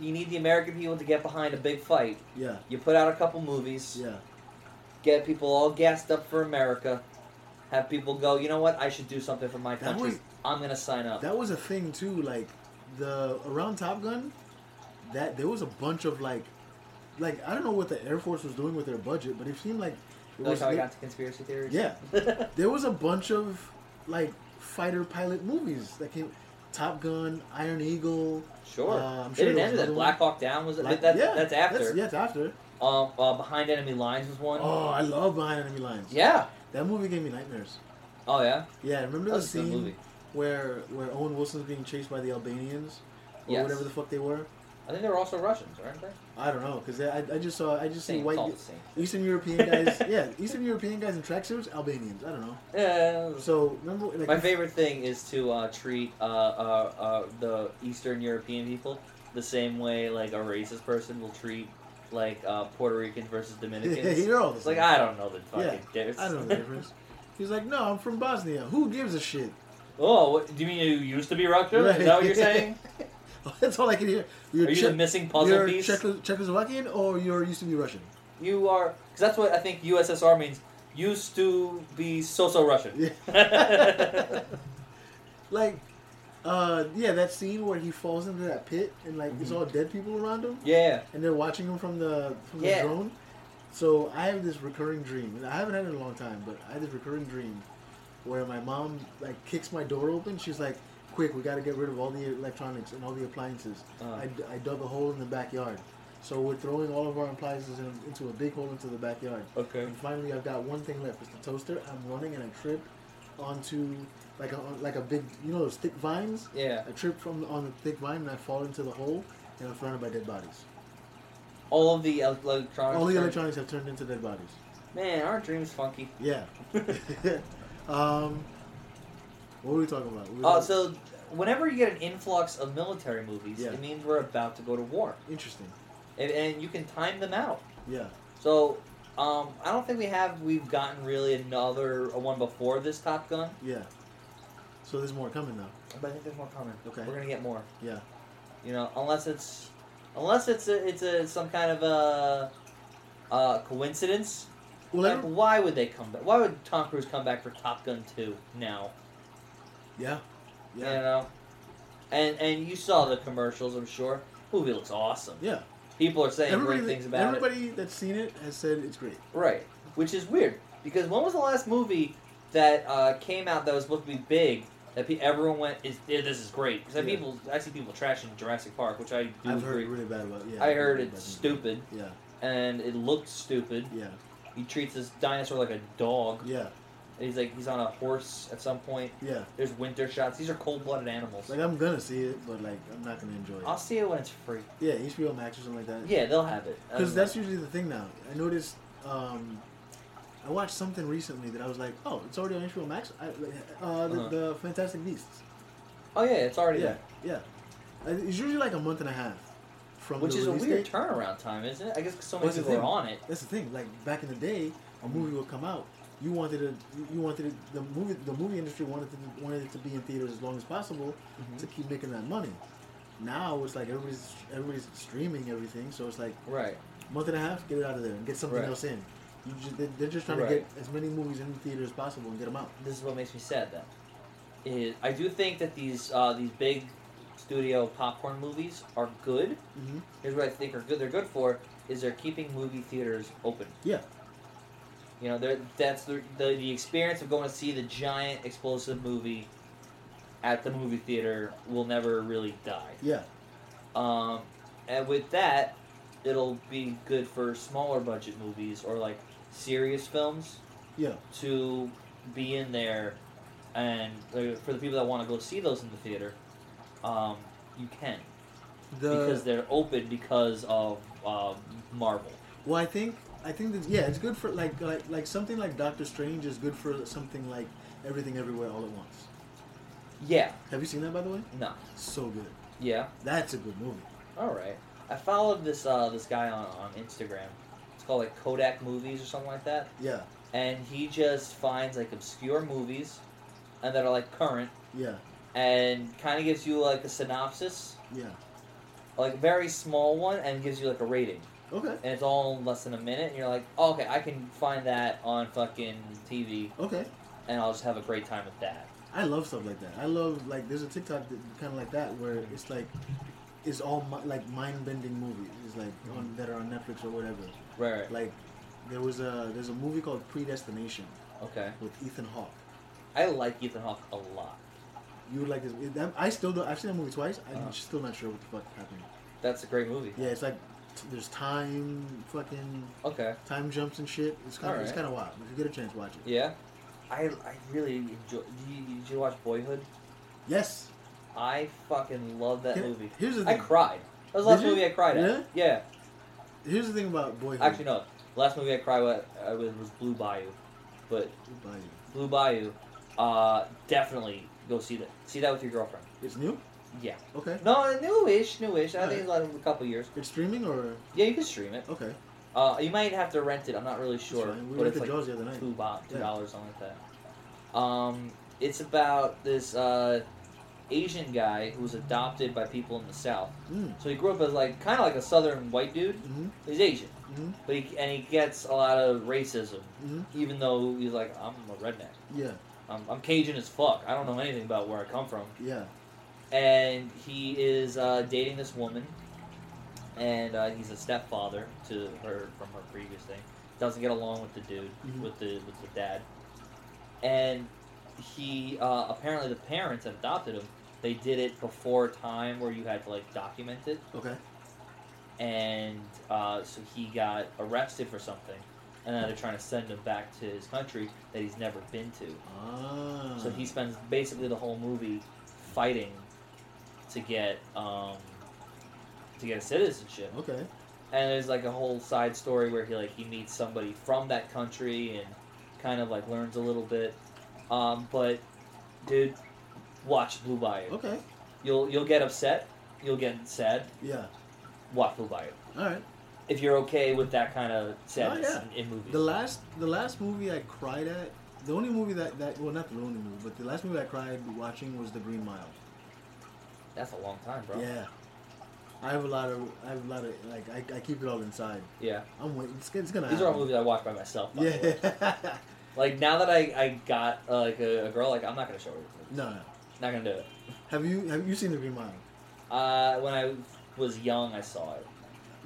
you need the American people to get behind a big fight.
Yeah.
You put out a couple movies,
Yeah.
get people all gassed up for America, have people go, you know what? I should do something for my
That
country.
was-
I'm going to sign up.
That was a thing too, like the around Top Gun, that there was a bunch of like like I don't know what the Air Force was doing with their budget, but it seemed like it
Like
was,
how I
there,
got to conspiracy theories.
Yeah. there was a bunch of like fighter pilot movies that came Top Gun, Iron Eagle,
Sure.
Uh, I'm
they didn't
sure there was
enter that.
another
Black Hawk Down was
like-
that, that's after.
yeah, it's after.
Um, uh, Behind Enemy Lines was one.
Oh, I love Behind Enemy Lines.
Yeah.
That movie gave me nightmares.
Oh yeah.
Yeah, remember the
That's a good
scene
movie.
where where Owen Wilson's being chased by the Albanians or
Yes.
whatever the fuck they were?
I think they were also Russians, weren't they?
I don't know, cause I, I just saw I just see
Same.
white
it's all the same.
Eastern European guys. yeah, Eastern European guys in tracksuits, Albanians. I don't know.
Yeah.
So remember, like,
My favorite thing is to uh, treat uh, uh, uh, the Eastern European people the same way like a racist person will treat like uh, Puerto Ricans versus Dominicans.
you're all the
it's like
same.
I don't know the fucking
Yeah,
difference.
I don't know the difference. He's like, no, I'm from Bosnia. Who gives a shit?
oh, what, do you mean you used to be Russian? Is that what you're
Right.
saying?
That's all I can hear. You're
Are you
Czech-
the missing puzzle
you're
piece?
Czechos- Czechoslovakian, or you're used to be Russian.
You are, because that's what I think USSR means. Used to be so-so Russian.
Yeah. like, uh, yeah, that scene where he falls into that pit and like
Mm-hmm.
there's all dead people around him,
yeah.
and they're watching him from the from the
Yeah.
drone. So I have this recurring dream, and I haven't had it in a long time, but I had this recurring dream where my mom like kicks my door open. She's like, "Quick, we got to get rid of all the electronics and all the appliances."
Uh.
I, I dug a hole in the backyard, so we're throwing all of our appliances in, into a big hole into the backyard.
Okay.
And finally, I've got one thing left. It's the toaster. I'm running and I trip onto like a on- like a big you know those thick vines.
Yeah.
I trip from on the thick vine and I fall into the hole and I'm surrounded by dead bodies.
All of the el- electronics.
All the
turn-
electronics have turned into dead bodies.
Man, aren't dreams funky?
Yeah. um, what were we talking about? We were
Uh,
talking-
so, whenever you get an influx of military movies,
Yeah.
it means we're about to go to war,
interesting.
and, and you can time them out.
Yeah.
So, um, I don't think we have we've gotten really another one before this Top Gun,
Yeah. So there's more coming now.
but I think there's more coming.
Okay.
we're gonna get more.
Yeah.
You know, unless it's unless it's a, it's a some kind of a. Uh, coincidence?
Well,
Like,
every,
why would they come back? Why would Tom Cruise come back for Top Gun 2 now?
yeah.
You
Yeah.
know, and and you saw the commercials, I'm sure. Movie looks awesome.
Yeah.
People are saying
Everybody,
great things
that-
about
everybody that's seen it has said it's great.
it, right? Which is weird because when was the last movie that uh, came out that was supposed to be big. That pe- everyone went, is, yeah, "This is great." Because
Yeah.
people, I see people trashing Jurassic Park, which I do
I've
agree.
heard really bad about. Yeah,
I
I've
heard
really bad
it's
things.
stupid
Yeah,
and it looked stupid.
yeah,
He treats this dinosaur like a dog.
yeah,
And he's like he's on a horse at some point.
yeah.
There's winter shots. These are cold-blooded animals.
Like I'm gonna see it, but like I'm not gonna enjoy it.
I'll see it when it's free.
Yeah, HBO Max or something like that.
Yeah, they'll have it. I
Because
don't
that's
know.
usually the thing now. I noticed. Um, I watched something recently that I was like, "Oh, it's already on HBO Max." I, uh, the,
Uh-huh.
the Fantastic Beasts.
oh yeah, it's already
Yeah,
there.
yeah. Uh, It's usually like a month and a half from
Which
the
is a
release
weird
date.
turnaround time, isn't it? I guess 'cause so many
That's the
people are
thing.
on it.
That's the thing. Like back in the day, a
Mm-hmm.
movie would come out. You wanted to, you wanted to, the movie, the movie industry wanted to, wanted it to be in theaters as long as possible
Mm-hmm.
to keep making that money. Now it's like everybody's everybody's streaming everything, so it's like
Right.
month and a half, get it out of there and get something
Right.
else in. You just, they- they're just trying to
Right.
get as many movies in the theater as possible and get them out.
This is what makes me sad. Then, is I do think that these uh, these big studio popcorn movies are good.
Mm-hmm.
Here's what I think are good. They're good for is they're keeping movie theaters open.
Yeah.
You know, they're, that's the, the the experience of going to see the giant explosive movie at the movie theater will never really die.
Yeah,
Um, and with that, it'll be good for smaller budget movies or like serious films
yeah,
to be in there. And uh, for the people that want to go see those in the theater, um, you can
the
because they're open because of uh, Marvel.
Well, I think I think that yeah, it's good for like like like something like Doctor Strange is good for something like Everything Everywhere All at Once.
Yeah,
Have you seen that by the way?
no,
So good.
yeah,
That's a good movie.
all right. I followed this uh, this guy on on Instagram. It's called like Kodak Movies or something like that.
Yeah,
And he just finds like obscure movies, and that are like current.
yeah,
and kind of gives you like a synopsis,
yeah.
like a very small one, and gives you like a rating.
Okay,
And it's all in less than a minute, and you're like, oh, okay, I can find that on fucking TV,
okay.
and I'll just have a great time with that.
I love stuff like that. I love like there's a TikTok that kind of like that where it's like it's all mi- like mind bending movies. It's like
Mm-hmm.
on, that are on Netflix or whatever.
Right, right.
Like there was a there's a movie called Predestination
Okay.
with Ethan Hawke.
I like Ethan Hawke a lot.
You would like this? It, I still don't. I've seen that movie twice. I'm
Uh-huh.
still not sure what the fuck happened.
That's a great movie.
Yeah, it's like t- there's time, fucking
Okay.
time jumps and shit. It's kind of it's
Alright.
kind of wild. If you get a chance, watch it.
Yeah. I, I really enjoy. Did you, did you watch Boyhood?
Yes.
I fucking love that
Here-
movie.
Here's the
I
thing.
cried. That was the last
Did you?
movie I cried at.
Really?
Yeah.
Here's the thing about Boyhood.
Actually, no. Last movie I cried at uh, was was Blue Bayou, but
Goodbye.
Blue Bayou, uh, definitely go see that. See that with your girlfriend.
It's new.
Yeah.
Okay.
No, newish, newish. I
Alright.
think it's like a couple years.
It's streaming or
Yeah, you can stream it.
okay.
Uh, you might have to rent it. I'm not really sure,
It's fine.
but
We went
it's
to
like
Jaws the other night.
two bo- two
Yeah.
dollars, something like that. Um, it's about this uh, Asian guy who was adopted by people in the South.
Mm.
So he grew up as like kind of like a Southern white dude.
Mm-hmm.
He's Asian,
Mm-hmm.
but he, and he gets a lot of racism,
Mm-hmm.
even though he's like I'm a redneck.
Yeah.
I'm, I'm Cajun as fuck. I don't know anything about where I come from.
Yeah.
And he is uh, dating this woman, and uh, he's a stepfather to her from her previous thing. Doesn't get along with the dude,
Mhm.
with the with the dad, and he uh, apparently the parents that adopted him. They did it before a time where you had to like document it,
Okay.
and uh, so he got arrested for something, and now they're trying to send him back to his country that he's never been to.
Ah.
So he spends basically the whole movie fighting to get um, to get a citizenship.
Okay.
And there's like a whole side story where he like he meets somebody from that country and kind of like learns a little bit. Um, but dude, watch Blue Bayou.
Okay.
You'll you'll get upset. You'll get sad.
Yeah.
Watch Blue Bayou
All right.
if you're okay with that kind of sadness
Oh, yeah.
in, in movies.
The last the last movie I cried at. The only movie that that well not the only movie, but the last movie I cried watching was The Green Mile.
That's a long time, bro.
Yeah. I have a lot of, I have a lot of, like, I, I keep it all inside.
Yeah.
I'm waiting. It's, it's gonna
These are all
happen.
movies I watch by myself. By the way.
Yeah.
Like now that I, I got uh, like a, a girl, like I'm not gonna show her. this.
no, no.
Not gonna do it.
Have you have you seen The Green Mile?
Uh, when I was young, I saw it.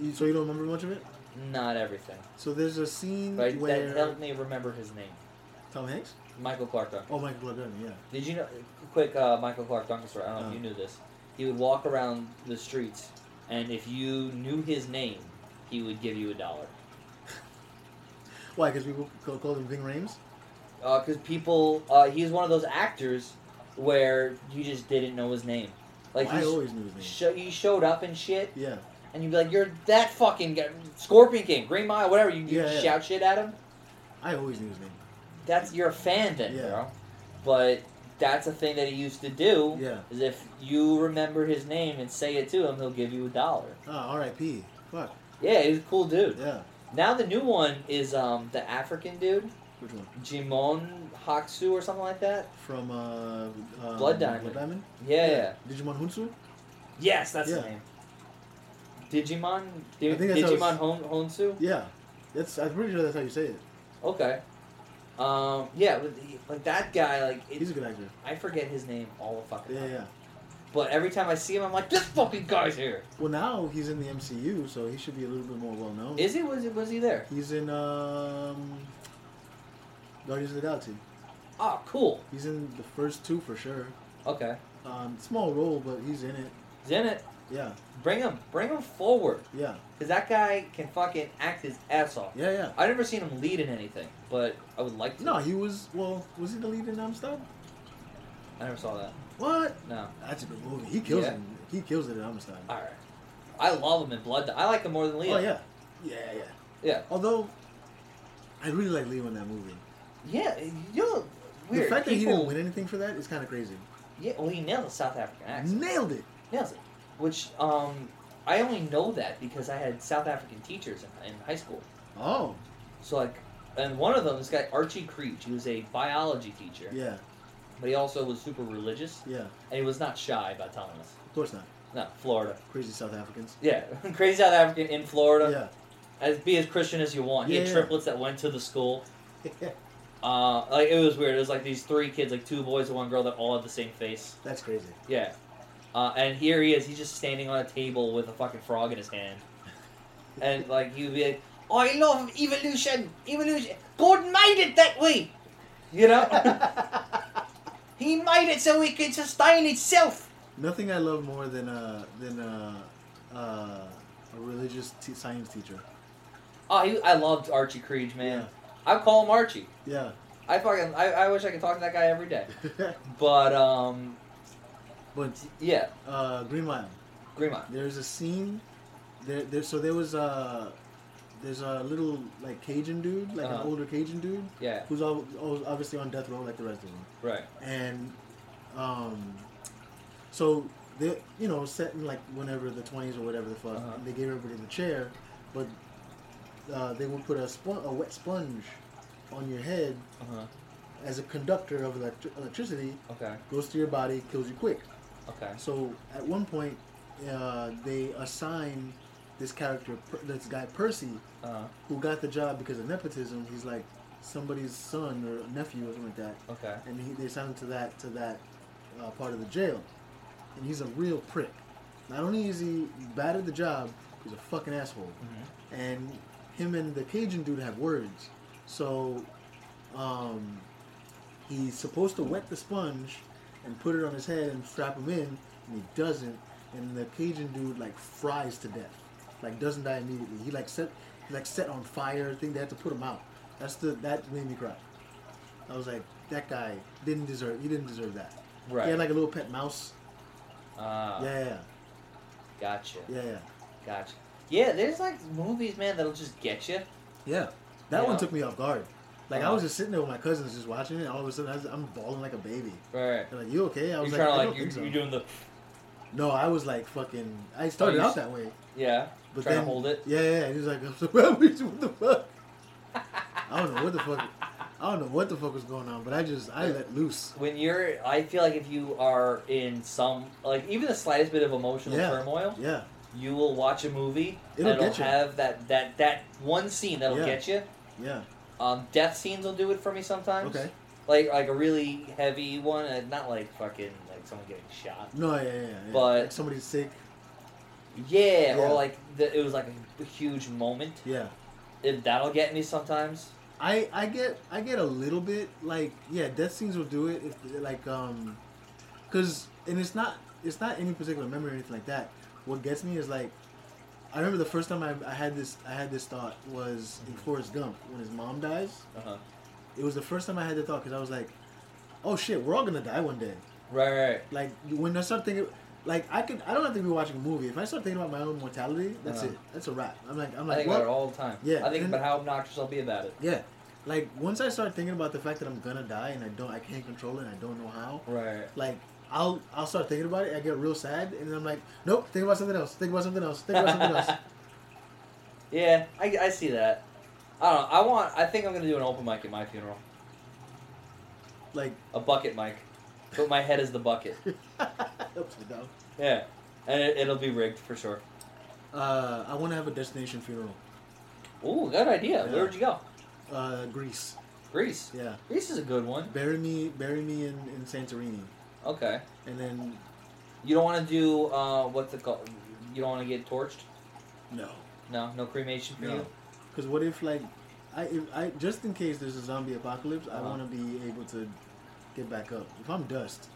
You, so you don't remember much of it?
Not everything,
So there's a scene
but I,
where
that helped me remember his name.
Tom Hanks.
Michael Clark Duncan.
Oh, Michael Clark Duncan, yeah.
Did you know? Quick uh, Michael Clark Duncan story. I don't know
No.
if you knew this. He would walk around the streets, and if you knew his name, he would give you a dollar.
Why? Because people call, call him Ving Rhames?
Because people, uh, he's one of those actors where you just didn't know his name. Like
I
he's-
always knew his name.
Sho you showed up and shit,
yeah.
and you'd be like, "You're that fucking guy. Scorpion King, Green Mile, whatever." You
Yeah, yeah.
shout shit at him.
I always knew his name.
That's you're a fan then,
Yeah.
bro. But that's a thing that he used to do.
Yeah.
Is if you remember his name and say it to him, he'll give you a dollar.
Ah, R.I.P. Fuck.
Yeah, he was a cool dude.
Yeah.
Now the new one is um the African dude,
Which one?
Jimon Haksu or something like that.
From uh, um,
Blood Diamond.
Blood Diamond.
Yeah, yeah.
Digimon Hunsu.
Yes, that's the
Yeah.
name. Digimon, Di-
I think that's how
Digimon
it's-
Hon- Honsu.
Yeah. That's. I'm pretty sure that's how you say it.
Okay. Um, yeah, but the- like that guy, like it,
He's a good actor.
I forget his name all the fucking
Yeah,
time.
yeah.
But every time I see him, I'm like, this fucking guy's here.
Well, now he's in the MCU, so he should be a little bit more well known.
Is he? Was he? Was he there?
He's in um, Guardians of the Galaxy.
Oh, cool.
He's in the first two for sure.
Okay.
Um, small role, but he's in it.
He's in it.
Yeah,
Bring him. Bring him forward.
yeah,
Cause that guy can fucking act his ass off.
yeah, yeah.
I've never seen him lead in anything, but I would like to.
No, he was. Well, was he the lead in Amistad?
I never saw that.
What?
No.
That's a good movie. He kills
Yeah.
it. He kills it in Amistad.
All right. I love him in Blood. Di- I like him more than Leo.
Oh yeah, yeah, yeah.
Yeah.
Although, I really like Leo in that movie.
Yeah. You know, weird.
The fact that he
People,
didn't win anything for that is kind of crazy.
Yeah. Well, he nailed the South African accent.
Nailed it.
Nails it. Which um, I only know that because I had South African teachers in, in high school.
Oh,
So like, and one of them, this guy Archie Creech, he was a biology teacher,
yeah,
but he also was super religious,
yeah.
and he was not shy about telling us.
Of course not.
No, Florida.
Crazy South Africans.
Yeah, crazy South African in Florida.
Yeah.
As be as Christian as you want. he
Yeah,
had
yeah.
triplets that went to the school. Uh, like it was weird. It was like these three kids, like two boys and one girl, that all had the same face.
That's crazy.
Yeah. Uh, and here he is. He's just standing on a table with a fucking frog in his hand, and like he'd be like, "I love evolution. Evolution. God made it that way. You know, he made it so it could sustain itself."
Nothing I love more than uh than uh, uh, a religious t- science teacher.
Oh, he, I loved Archie Creed, man.
Yeah.
I call him Archie.
Yeah.
I fucking I, I wish I could talk to that guy every day. But um,
but
yeah,
uh, Green Mile.
Greenmont.
There's a scene. There, there. So there was a. There's a little like Cajun dude, like
Uh-huh.
an older Cajun dude,
Yeah,
who's all, all obviously on death row like the rest of them.
right.
and um, so they, you know, set in like whenever the twenties or whatever the fuck,
Uh-huh.
they gave everybody the chair, but uh, they would put a spon- a wet sponge on your head
Uh-huh.
as a conductor of electri- electricity
Okay.
goes through your body, kills you quick.
Okay.
So at one point, uh, they assign this character, Per- this guy Percy,
Uh
who got the job because of nepotism. He's like somebody's son or nephew or something like that
Okay.
and he, they sent him to that to that uh, part of the jail. And he's a real prick. Not only is he bad at the job, he's a fucking asshole. And him and the Cajun dude have words, so um, he's supposed to wet the sponge and put it on his head and strap him in, and he doesn't. And the Cajun dude like fries to death, like doesn't die immediately. He like set he, like set on fire. Thing they had to put him out. That's the that made me cry. I was like, that guy didn't deserve. He didn't deserve that.
Right.
He had like a little pet mouse.
Ah,
Yeah, yeah,
gotcha.
yeah, yeah.
Gotcha. Yeah, there's like movies, man, that'll just get you.
Yeah. That
Yeah.
one took me off guard. Like I
Uh-huh.
was just sitting there with my cousins, just watching it. All of a sudden, I was, I'm bawling like a baby.
Right.
They're like, "You okay?" I
You're
was
trying
like, "I
to
don't
like you're,
think so."
you're doing the
No, I was like, "Fucking." I started
Oh, you
out
s-
that way,
yeah,
but
trying
then
to hold it.
Yeah, yeah. And he was like, I was like, "What the fuck?" I don't know what the fuck. I don't know what the fuck was going on, but I just I let loose.
When you're, I feel like if you are in some like even the slightest bit of emotional
Yeah.
turmoil,
Yeah,
you will watch a movie
It'll
and it'll
get you.
have that that that one scene that'll
Yeah.
get you.
yeah.
Um, death scenes will do it for me sometimes.
Okay.
Like like a really heavy one, uh, not like fucking like someone getting shot.
No, yeah, yeah. yeah.
But-
like somebody's sick.
Yeah,
Yeah.
or like the, it was like a huge moment.
Yeah,
If that'll get me sometimes.
I I get I get a little bit like yeah, death scenes will do it if like um, cause and it's not it's not any particular memory or anything like that. What gets me is like, I remember the first time I, I had this I had this thought was
Mm-hmm.
in Forrest Gump when his mom dies.
Uh-huh.
It was the first time I had the thought because I was like, oh shit, we're all gonna die one day.
Right, right, right.
Like when I start thinking, like I could I don't have to be watching a movie. If I start thinking about my own mortality, that's
Uh-huh.
it. That's a wrap. I'm like I'm
I
like
think
what?
about it all the time.
Yeah,
I think
and-
about how obnoxious I'll be about it.
Yeah. Like once I start thinking about the fact that I'm gonna die and I don't I can't control it and I don't know how,
Right.
like I'll I'll start thinking about it, I get real sad and then I'm like, Nope, think about something else, think about something else, think about something else.
Yeah, I, I see that. I don't know. I want. I think I'm gonna do an open mic at my funeral.
Like
A bucket mic, but my head is the bucket.
upside down.
Yeah, and it, it'll be rigged for sure.
Uh, I wanna have a destination funeral.
Ooh, good idea.
Yeah.
Where'd you go?
Uh, Greece.
Greece.
Yeah.
Greece is a good one.
Bury me bury me in, in Santorini.
Okay.
And then
You don't want to do uh, what's it called? You don't want to get torched?
no.
No, no cremation for
No.
you.
Cause what if like I if I just in case there's a zombie apocalypse, I
Uh-huh.
wanna be able to get back up. If I'm dust,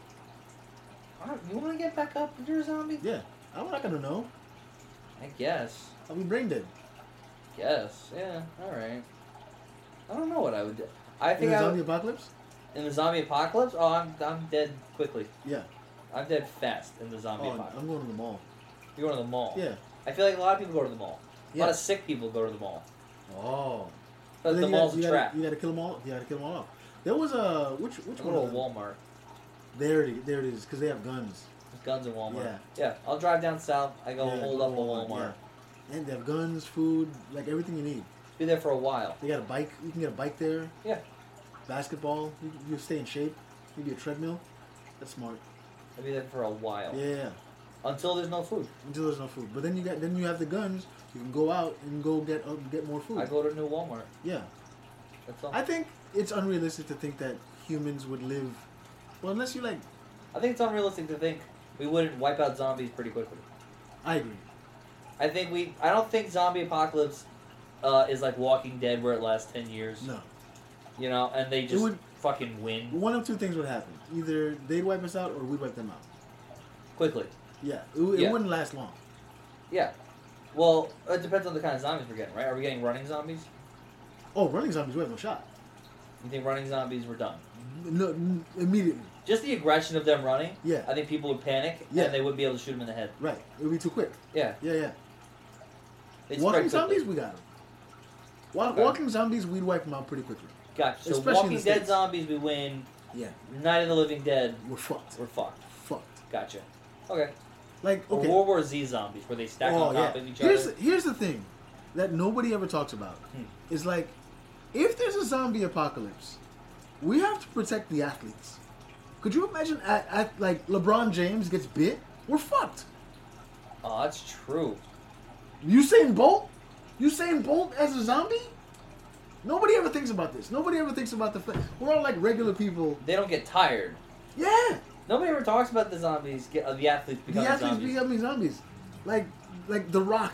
Ah, You want to get back up? You're a zombie.
yeah. I'm not gonna know.
I guess.
I'll be brain dead.
Yes. Yeah. All right. I don't know what I would do. I
In
think
the
I
zombie
would,
apocalypse?
in the zombie apocalypse. Oh, I'm, I'm dead quickly.
Yeah.
I'm dead fast in the zombie
Oh,
apocalypse. Oh.
I'm going to the mall.
You're going to the mall.
Yeah.
I feel like a lot of people go to the mall. A lot
Yeah.
of sick people go to the mall.
Oh.
But
Then
the
you
mall's
gotta, you
a trap.
Gotta, you gotta kill them all. You gotta kill them all off. There was a which which
I
one?
go to
Of
a
them?
Walmart.
There it is. There it is. Because they have guns.
There's guns in Walmart.
Yeah.
I'll drive down south. I go
Yeah,
hold
go
up
to
a Walmart.
yeah. And they have guns, food, like everything you need.
Be there for a while.
They got a bike. You can get a bike there.
Yeah.
Basketball. You, you stay in shape. Maybe a treadmill. That's smart.
I'll be there for a while.
Yeah, yeah, yeah.
Until there's no food.
Until there's no food, but then you got then you have the guns. You can go out and go get uh, get more food.
I go to New Walmart.
yeah.
That's all.
I
I,
think it's unrealistic to think that humans would live, well, unless you like.
think it's unrealistic to think we wouldn't wipe out zombies pretty quickly.
I agree.
I think we. I don't think zombie apocalypse uh, is like Walking Dead where it lasts ten years.
No,
You know, and they just
would-
fucking win
one of two things would happen: either they'd wipe us out, or we'd wipe them out.
quickly.
Yeah, it, w- it
Yeah.
wouldn't last long.
Yeah. Well, it depends on the kind of zombies we're getting, right? Are we getting running zombies?
Oh, running zombies, we have no shot.
You think running zombies were done?
No, n- immediately.
Just the aggression of them running.
Yeah.
I think people would panic
Yeah.
and they wouldn't be able to shoot them in the head.
Right, it would be too quick.
Yeah.
Yeah, yeah.
They'd
walking
spread quickly.
zombies, we got them. Wa-
Okay.
Walking zombies, we'd wipe them out pretty quickly.
Gotcha. So
especially in
Walking
the
Dead
States.
zombies we win.
Yeah,
Night of the Living Dead
we're fucked.
we're fucked.
fucked.
Gotcha. Okay.
Like
Or
okay. Oh,
World War Z zombies where they stack on top of each
here's,
other.
Here's the thing that nobody ever talks about.
Hmm.
Is like, if there's a zombie apocalypse, we have to protect the athletes. Could you imagine at, at like LeBron James gets bit? We're fucked.
Oh, that's true.
Usain Bolt? Usain Bolt as a zombie? Nobody ever thinks about this. Nobody ever thinks about the fact we're all like regular people.
They don't get tired.
Yeah,
Nobody ever talks about the zombies, get, uh, the athletes
the
becoming
athletes
zombies.
becoming zombies, like like The Rock,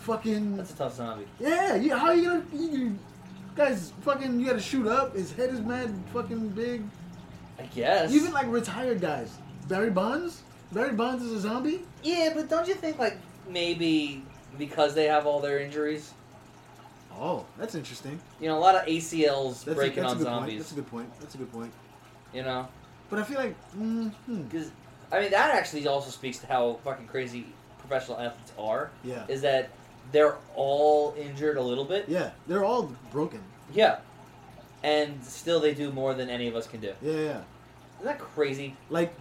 fucking
That's a tough zombie.
Yeah, you, how you gonna you, you guys fucking you gotta shoot up? His head is mad fucking big.
I guess.
Even like retired guys. Barry Bonds? Barry Bonds is a zombie?
Yeah, but don't you think like maybe because they have all their injuries,
Oh, that's interesting.
you know, a lot of ACLs
That's
breaking
a, that's
on
a good Point.
zombies.
That's a good point. That's a good point.
You know,
But I feel like mm, hmm,
because I mean that actually also speaks to how fucking crazy professional athletes are.
yeah.
Is that they're all injured a little bit?
Yeah, they're all broken.
Yeah. And still, they do more than any of us can do.
Yeah, yeah, yeah.
Isn't that crazy?
Like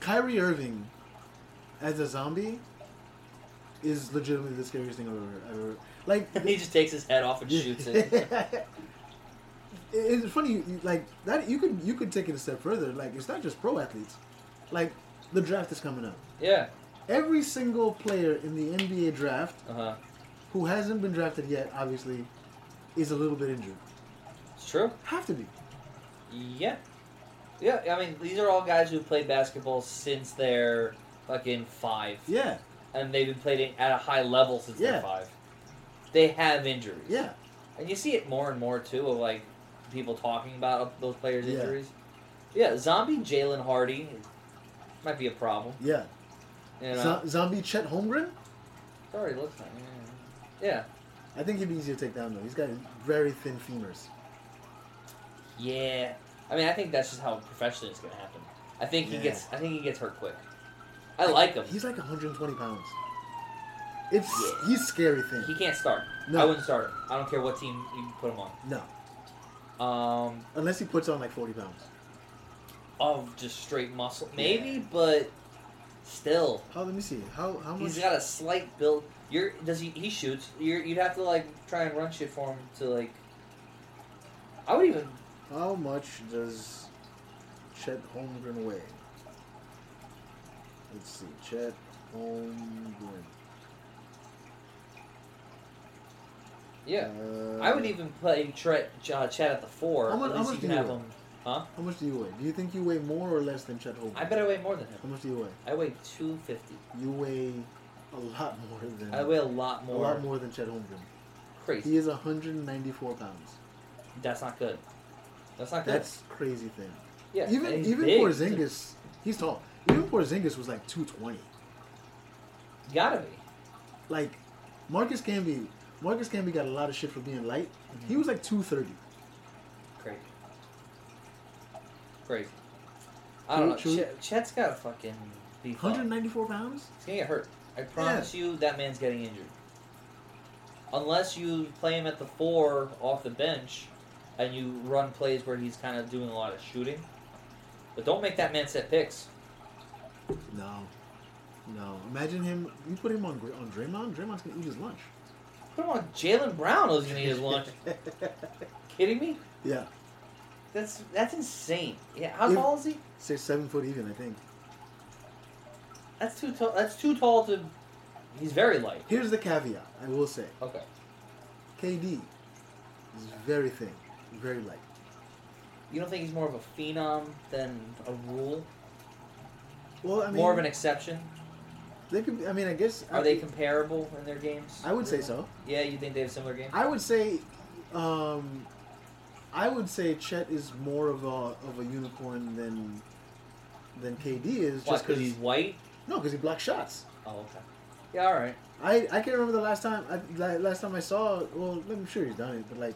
Kyrie Irving as a zombie is legitimately the scariest thing I've ever I've ever like
he just takes his head off and shoots it.
It- it's funny, you- you- like that. You could you could take it a step further. Like it's not just pro athletes. Like the draft is coming up.
yeah.
Every single player in the NBA draft
Uh huh.
who hasn't been drafted yet, obviously, is a little bit injured.
It's true.
Have to be.
Yeah. Yeah, I mean, these are all guys who played basketball since they're fucking five.
Yeah,
And they've been playing at a high level since they're
Yeah.
five. They have injuries.
yeah.
and you see it more and more too of like people talking about those players'
Yeah.
injuries. Yeah, zombie Jalen Hardy might be a problem.
Yeah.
You know,
Zo- zombie Chet Holmgren?
sorry, looks like yeah,
I think he'd be easier to take down though. He's got very thin femurs.
yeah. I mean, I think that's just how professionally it's gonna happen. I think
Yeah.
he gets. I think he gets hurt quick. I like him.
He's like 120 pounds. It's
Yeah.
he's scary thin.
He can't start.
No.
I wouldn't start him. I don't care what team you put him
no,
on. Um,
unless he puts on like 40 pounds.
of just straight muscle, maybe, but still,
How? Let me see. How how much?
he's got a slight build. You're does he? He shoots. You're, you'd have to like try and run shit for him to like. I would even.
How much does Chet Holmgren weigh? Let's see, Chet Holmgren.
Yeah,
Uh,
I would even play Tret, uh, Chad at the four.
How much-
at
how
least
much
you
do
can
you
have
weigh?
him. Huh?
How much do you weigh? Do you think you weigh more or less than Chet Holmgren?
I bet I weigh more than him.
How much do you weigh?
I weigh two fifty.
You weigh a lot more than.
I weigh a lot
a
more.
lot more than Chet Holmgren.
Crazy.
He is 194 pounds.
That's not good. That's not good.
That's crazy thin.
yeah.
Even
and he's
even
big.
Porzingis, he's tall. Even Porzingis was like 220.
Gotta be.
Like Marcus Camby, Marcus Camby got a lot of shit for being light. He
Mhm.
was like 230.
Crazy. Crazy. I don't know.
True, true.
Chet, Chet's got to fucking be fucked.
194 pounds?
He's going to get hurt. I promise you that man's getting injured. Unless you play him at the four off the bench and you run plays where he's kind of doing a lot of shooting. But don't make that man set picks.
No. No. Imagine him. You put him on Dr- on Draymond. Draymond's gonna eat his lunch.
Put him on Jalen Brown who's going to eat his lunch. Kidding me?
yeah.
That's that's insane. Yeah, how
If-
tall is he?
Say seven foot even. I think.
That's too tall. That's too tall to. He's very light.
Here's the caveat. I will say,
Okay.
KD is very thin, very light.
You don't think he's more of a phenom than a rule?
Well, I mean,
more of an exception?
They could. be- I mean, I guess.
Are
I,
they comparable in their games?
I would say so.
Yeah, you think they have similar games?
I would say, um, I would say Chet is more of a of a unicorn than than KD is,
Why, because
just because
he's white?
no, because he blocks shots.
Oh, okay. Yeah, all right.
I I can't remember the last time I la- last time I saw. Well, I'm sure he's done it, but like,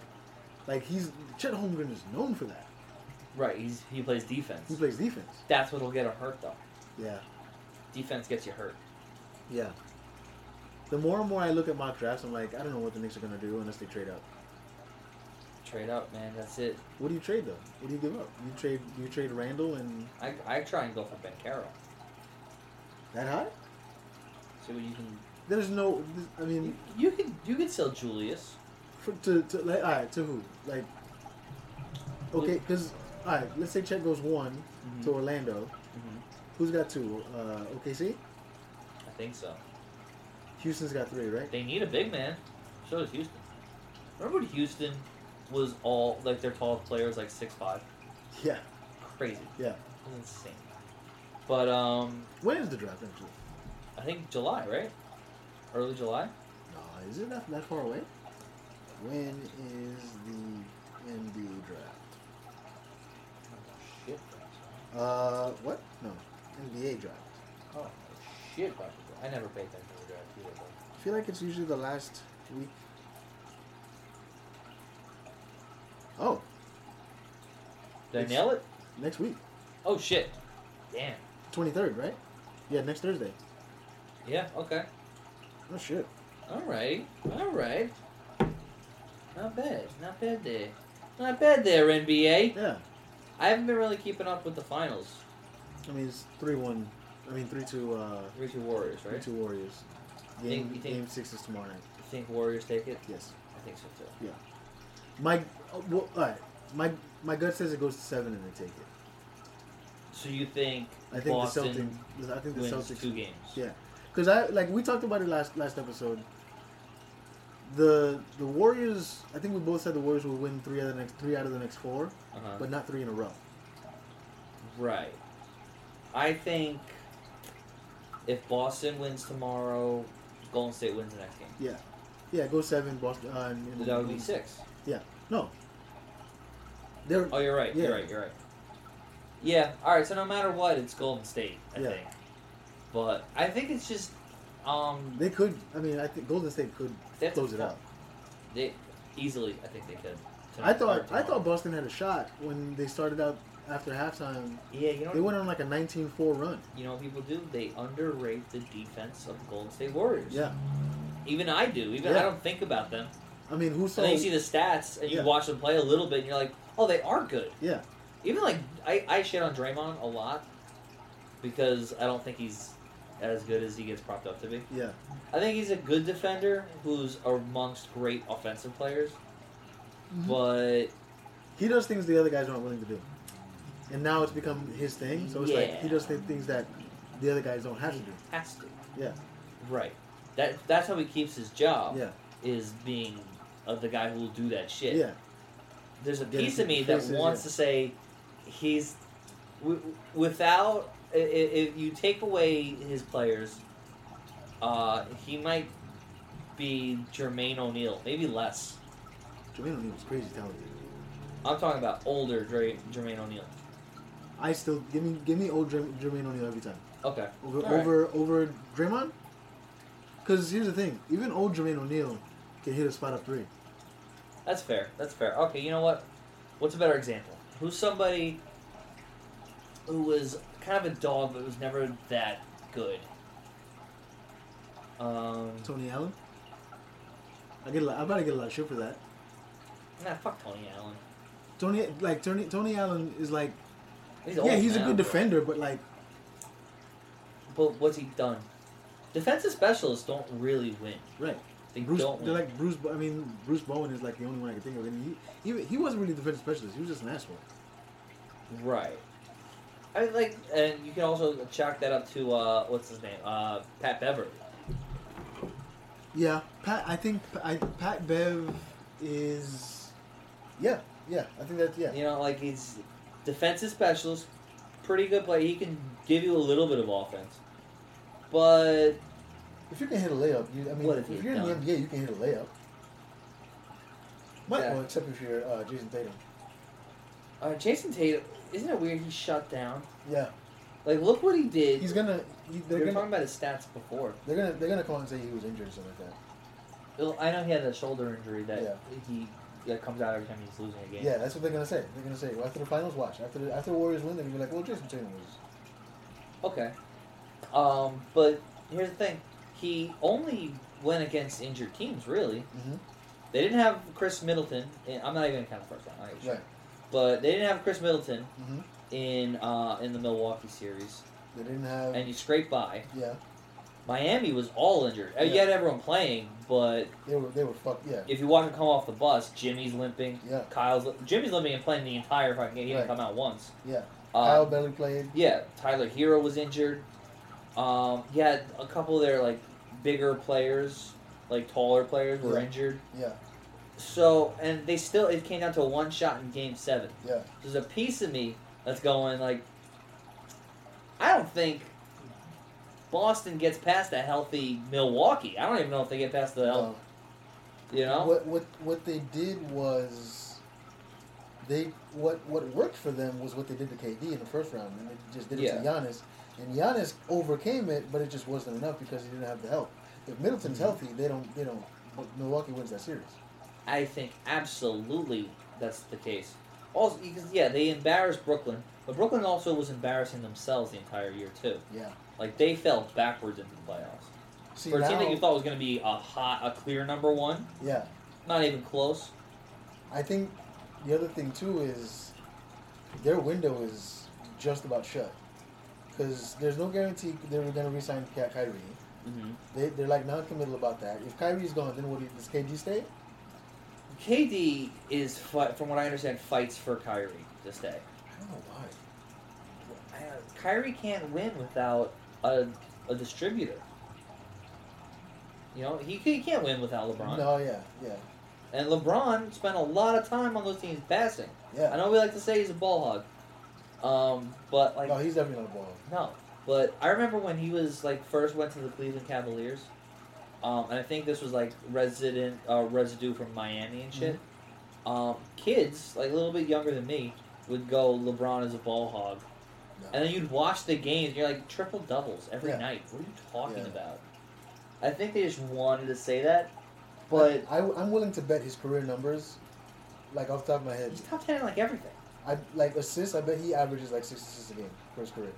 like he's Chet Holmgren is known for that.
Right, he's, he plays defense.
He plays defense.
That's what'll get him hurt, though.
Yeah,
Defense gets you hurt.
yeah. The more and more I look at mock drafts, I'm like, I don't know what the Knicks are gonna do unless they trade up.
Trade up, man. That's it.
What do you trade though? What do you give up? You trade you trade Randall and
I, I try and go for Ben Carroll.
that high?
See what you can.
There's no. I mean,
You, you can you can sell Julius.
For, to to like, all right to who like okay because all right let's say Chet goes one
Mm-hmm.
to Orlando
Mhm.
who's got two uh, OKC
I think so.
Houston's got three right
They need a big man. So does Houston. Remember when Houston was all like their tallest player was like six five?
yeah
Crazy.
yeah
It was insane. But um
when is the draft actually
I think July, right? Early July?
no is it that that far away when is the NBA draft
Oh shit.
uh what no NBA draft
Oh shit. I never paid attention to the draft either. but-
I feel like it's usually the last week oh
Did I
It's-
nail it?
next week
Oh shit. Damn.
twenty third right yeah next Thursday
Yeah, okay.
oh shit.
Alright. Alright. Not bad. Not bad there. Not bad there, NBA.
Yeah,
I haven't been really keeping up with the finals.
I mean it's three one. I mean three two. Uh,
Three two Warriors,
three
right?
two Warriors.
You
Game,
think- you think-
game six is tomorrow night.
You think Warriors take it?
Yes.
I think so too.
My uh, well, all right. My my gut says it goes to seven and they take it.
So you think
I think
Boston
the Celtics. I think the
wins
Celtics.
two games?
Yeah, because I like we talked about it last last episode. The the Warriors. I think we both said the Warriors will win three out of the next three out of the next four,
Uh-huh.
but not three in a row.
right. I think if Boston wins tomorrow, Golden State wins the next game.
Yeah, yeah. Go seven. Boston. Uh, and, and-
That would be six.
No. They're
Oh, you're right.
Yeah.
You're right. You're right. Yeah. All right. So no matter what, it's Golden State. I
Yeah.
think. But I think it's just um
they could. I mean, I think Golden State could
they have to
close it
pull-
out.
They easily, I think they could.
I thought
Or
I thought Boston had a shot when they started out after halftime.
Yeah, you know.
They went on like a 19-4 run.
you know what people do? They underrate the defense of the Golden State Warriors.
Yeah.
Even I do. Even I
Yeah.
don't think about them.
I mean, who saw?
and then you see the stats and
Yeah.
you watch them play a little bit and you're like, oh, they are good.
Yeah.
Even like, I, I shit on Draymond a lot because I don't think he's as good as he gets propped up to be.
Yeah.
I think he's a good defender who's amongst great offensive players, but
he does things the other guys aren't willing to do, and now it's become his thing. So it's like
Yeah.
he does th- things that the other guys don't have to do.
has to.
Yeah.
Right. That that's how he keeps his job.
Yeah.
Is being uh, the guy who will do that shit.
Yeah.
There's a
Get
piece
into
of me
the
that
faces,
wants
yeah.
to say he's w- without i- i- if you take away his players, uh, he might be Jermaine O'Neal, maybe less.
Jermaine O'Neal was crazy talented.
I'm talking about older Dre, Jermaine O'Neal.
I still give me give me old Jerm- Jermaine O'Neal every time
Okay.
over
All right.
over over Draymond. Because here's the thing, even old Jermaine O'Neal can hit a spot up three.
That's fair. That's fair. Okay, you know what? What's a better example? Who's somebody who was kind of a dog but was never that good? Um,
Tony Allen. I get a lot, I about to get a lot of shit for that.
nah, fuck Tony Allen.
Tony like Tony Tony Allen is like
He's
yeah
old
he's
now,
a good
bro.
defender but like
But what's he done? Defensive specialists don't really win.
right
They
Bruce
don't win.
they're like Bruce Bo- I mean Bruce Bowen is like the only one I can think of and he he, he wasn't really a defensive specialist he was just an asshole
right. I mean, like, and you can also chalk that up to uh, what's his name? Uh, Pat Beverly.
yeah Pat I think I, Pat Bev is yeah yeah I think that's yeah
You know, like he's defensive specialist, pretty good player. He can give you a little bit of offense, but
If you can hit a layup, you, I mean,
What if
if,
he's
you're in the
done?
NBA, you can hit a layup. Might,
Yeah.
well, except if you're uh, Jason Tatum.
uh, Jason Tatum, isn't it weird? He shut down.
Yeah,
Like, look what he did.
he's gonna. He,
we
they're
were
gonna.
talking about his stats before.
They're gonna. They're gonna call and say he was injured or something like that.
Well, I know he had that shoulder injury that
Yeah.
he that comes out every time he's losing a game.
Yeah, that's what they're gonna say. They're gonna say well, after the finals, watch after the, after the Warriors win, they're gonna be like, well, Jason Tatum was.
Okay. Um, but here's the thing. He only went against injured teams, really.
Mm-hmm.
They didn't have Chris Middleton. In, I'm not even going to count the first round. I don't give a shit.
Right.
But they didn't have Chris Middleton
Mm-hmm.
in uh, in the Milwaukee series,
They didn't have.
and you scrape by.
yeah,
Miami was all injured. Uh, You
Yeah.
had everyone playing, but
they were. They were fucked. Yeah.
if you watch him come off the bus, Jimmy's limping.
Yeah.
Kyle's li- Jimmy's limping and playing the entire fucking game. He didn't
Right.
come out once.
Yeah.
Uh,
Kyle Belly played.
Yeah, Tyler Hero was injured. Um, you had a couple of their like bigger players, like taller players, were
Yeah.
injured.
Yeah.
So and they still it came down to one shot in Game Seven.
Yeah.
There's a piece of me that's going like, I don't think Boston gets past a healthy Milwaukee. I don't even know if they get past the health.
No.
You know,
Um, What what what they did was they what what worked for them was what they did to KD in the first round, and they just did it to Giannis, and Giannis overcame it, but it just wasn't enough because he didn't have the help. If Middleton's healthy, they don't they don't. but Milwaukee wins that series.
I think absolutely that's the case. Also, because yeah, they embarrassed Brooklyn, but Brooklyn also was embarrassing themselves the entire year too.
Yeah.
Like they fell backwards into the playoffs.
See
For a
now,
team that you thought was going to be a hot, a clear number one,
yeah.
not even close.
I think the other thing too is their window is just about shut because there's no guarantee they were going to resign Ky- Kyrie.
Mm-hmm.
They, they're like non-committal about that. If Kyrie's gone, then what do you, does KD stay?
KD is, fi- from what I understand, fights for Kyrie this day.
I don't know why.
I- Kyrie can't win without a, a distributor. You know, he, he can't win without LeBron.
No, yeah, yeah,
And LeBron spent a lot of time on those teams passing. I
yeah.
know we like to say he's a ball hog, um, but like
No, he's definitely not balling.
No, but I remember when he was like first went to the Cleveland Cavaliers, um, and I think this was like resident uh, residue from Miami and shit.
Mm-hmm.
um, kids, like a little bit younger than me, would go LeBron is a ball hog.
No.
And then you'd watch the games, and you're like, triple doubles every
Yeah.
night. What are you talking
Yeah.
about? I think they just wanted to say that, but
I, am willing to bet his career numbers, like off the top of my head.
he's top 10 in like everything.
I like assists. I bet he averages like six assists a game for his career.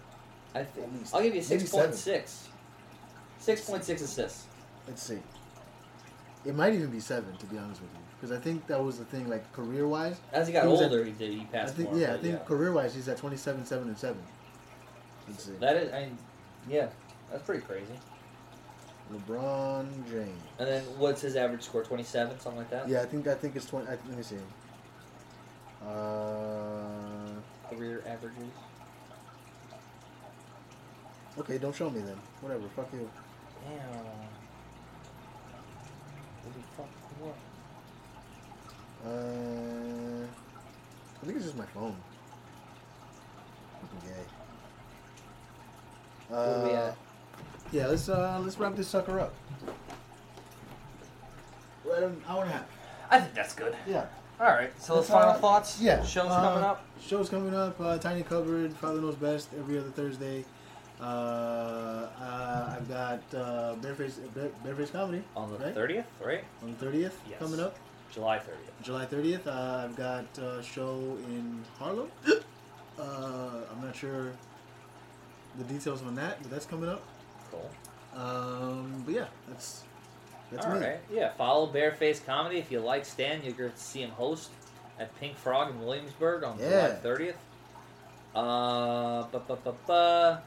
I think,
At least.
I'll give you
Maybe
6.6. 6.6 assists.
Let's see. It might even be seven, to be honest with you, because I think that was the thing. Like career wise,
As he got
He was at-
older, he did. He
I
passed
think
more.
yeah, I
but
think career wise he's at 27, seven and seven. Let's see.
That is, I mean, yeah, that's pretty crazy.
LeBron James.
And then what's his average score? 27, something like that?
Yeah, I think I think it's twenty. I, let me see. Uh,
Career averages.
okay, don't show me then. Whatever. Fuck you.
Damn. What the fuck? What?
Uh, I think it's just my phone. Fucking gay.
Where we
Uh,
at?
yeah, let's uh, let's wrap this sucker up. We're at an hour and a half.
I think that's good.
Yeah.
All right. So
That's
those final
all-
thoughts.
yeah,
Show's
uh,
coming up.
Show's coming up. Uh, Tiny Cupboard, Father Knows Best, every other Thursday. Uh, uh, I've got uh, Bareface, Bare, Bareface Comedy
On the
right?
30th, right?
on the 30th
Yes.
coming up.
July 30th.
July 30th, uh, I've got a show in Harlem. Uh, I'm not sure the details on that, but that's coming up.
Cool.
Um, but yeah, that's that's
All
me.
right. Yeah. Follow Bareface Comedy if you like Stan. You're going to see him host at Pink Frog in Williamsburg on
Yeah.
July 30th. Uh, ba ba ba ba.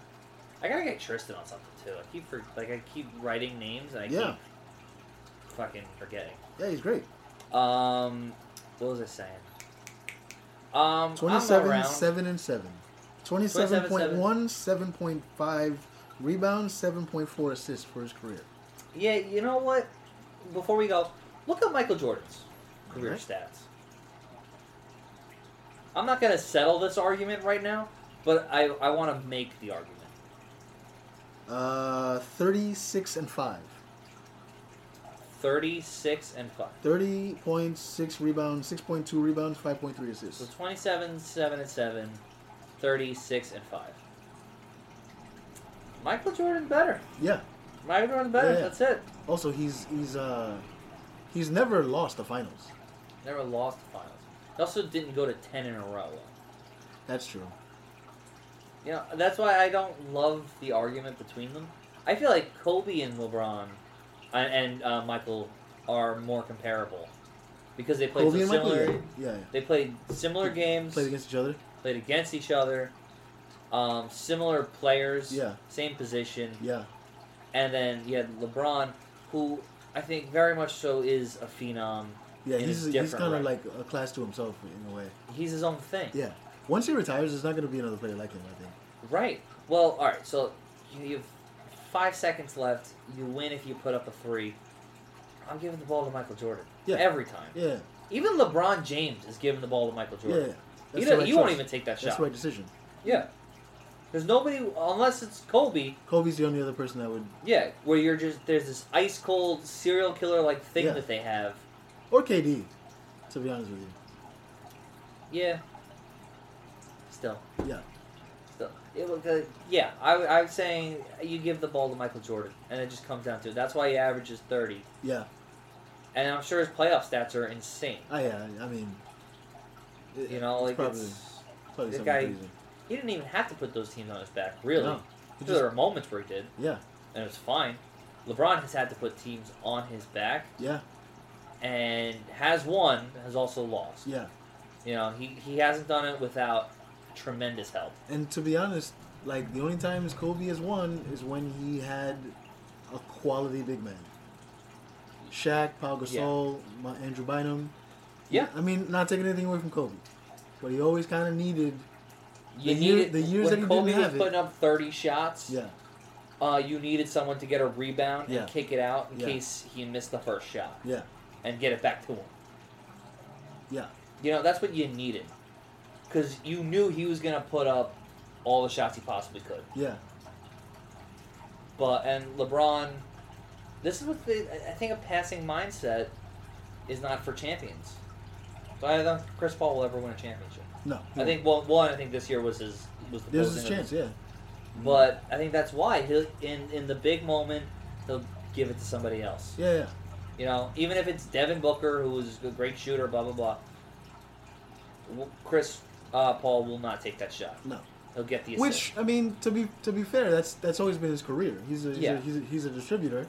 I gotta get Tristan on something too. I keep for, like I keep writing names and I
Yeah.
keep fucking forgetting.
Yeah, he's great.
Um, what was I saying? Um, I'm
27,
around.
7 and 7. 27.1, 7.5 rebounds, 7.4 assists for his career.
Yeah, you know what? Before we go, look at Michael Jordan's career
Alright.
stats. I'm not gonna settle this argument right now, but I I want to make the argument.
Uh, 36 and 5.
Thirty-six and five.
30.6 rebounds, 6.2 rebounds, 5.3
So
assists.
27, 7 and 7, 36 and 5. Michael Jordan better.
Yeah.
Michael Jordan better.
Yeah.
That's it.
Also, he's he's uh he's never lost the finals.
Never lost the finals. He also didn't go to 10 in a row.
That's true.
You know, that's why I don't love the argument between them. I feel like Kobe and LeBron and, and uh, Michael are more comparable because they played
Kobe
some
Oh, and Michael,
similar.
yeah, yeah,
They played similar
yeah.
games.
played against each other.
played against each other. Um, similar players.
Yeah.
Same position.
Yeah,
And then you had LeBron, who I think very much so is a phenom.
yeah.
And
He's
it's
he's
different,
kind of
right?
like a class to himself in a way.
He's his own thing.
Yeah. Once he retires, there's not going to be another player like him. I think.
Right. Well, all right. So you you have five seconds left. You win if you put up a three. I'm giving the ball to Michael Jordan.
Yeah.
Every time.
Yeah,
Even LeBron James is giving the ball to Michael
yeah.
Jordan. you
That's the
don't,
right
you won't
choice.
even take that
That's
shot.
the right decision.
Yeah. There's nobody unless it's Kobe.
Kobe's the only other person that would,
Yeah, where you're just there's this ice cold serial killer like thing
Yeah.
that they have.
or KD, to be honest with you.
Yeah. Still.
Yeah.
Still. It look good. Yeah, I, I'm saying you give the ball to Michael Jordan, and it just comes down to it. That's why he averages 30.
Yeah,
and I'm sure his playoff stats are insane.
I, Oh, yeah. I mean, it-
You know, like
probably-
it's,
probably
the
something
guy-
crazy.
he didn't even have to put those teams on his back, really.
No, he
there
just,
were moments where he did,
yeah,
and it was fine. LeBron has had to put teams on his back
yeah,
and has won, has also lost.
yeah.
You know, he, he hasn't done it without tremendous help.
And to be honest, like the only times Kobe has won is when he had a quality big man. Shaq, Paul Gasol, my Andrew Bynum.
Yeah.
I mean, not taking anything away from Kobe, but he always kind of needed.
You
The year-
needed
the years
when
that he
Kobe
didn't
was
have it-
putting up 30 shots.
Yeah,
Uh, you needed someone to get a rebound
Yeah.
and kick it out in
Yeah.
case he missed the first shot
yeah,
and get it back to him.
yeah,
You know, that's what you needed. Because you knew he was going to put up all the shots he possibly could.
yeah,
But, and LeBron, this is what the, I think a passing mindset is not for champions. So I don't think Chris Paul will ever win a championship.
No.
I think well, one, I think this year was his was the
there's
closing
Hmm. his
of
chance. Yeah.
But I think that's why he'll in in the big moment he'll give it to somebody else.
Yeah. Yeah.
You know, even if it's Devin Booker, who is a great shooter, blah blah blah. w- Chris uh, Paul will not take that shot.
No.
He'll get the assist.
Which I mean, to be to be fair, that's that's always been his career. He's a he's,
Yeah.
a, he's, a, he's a distributor.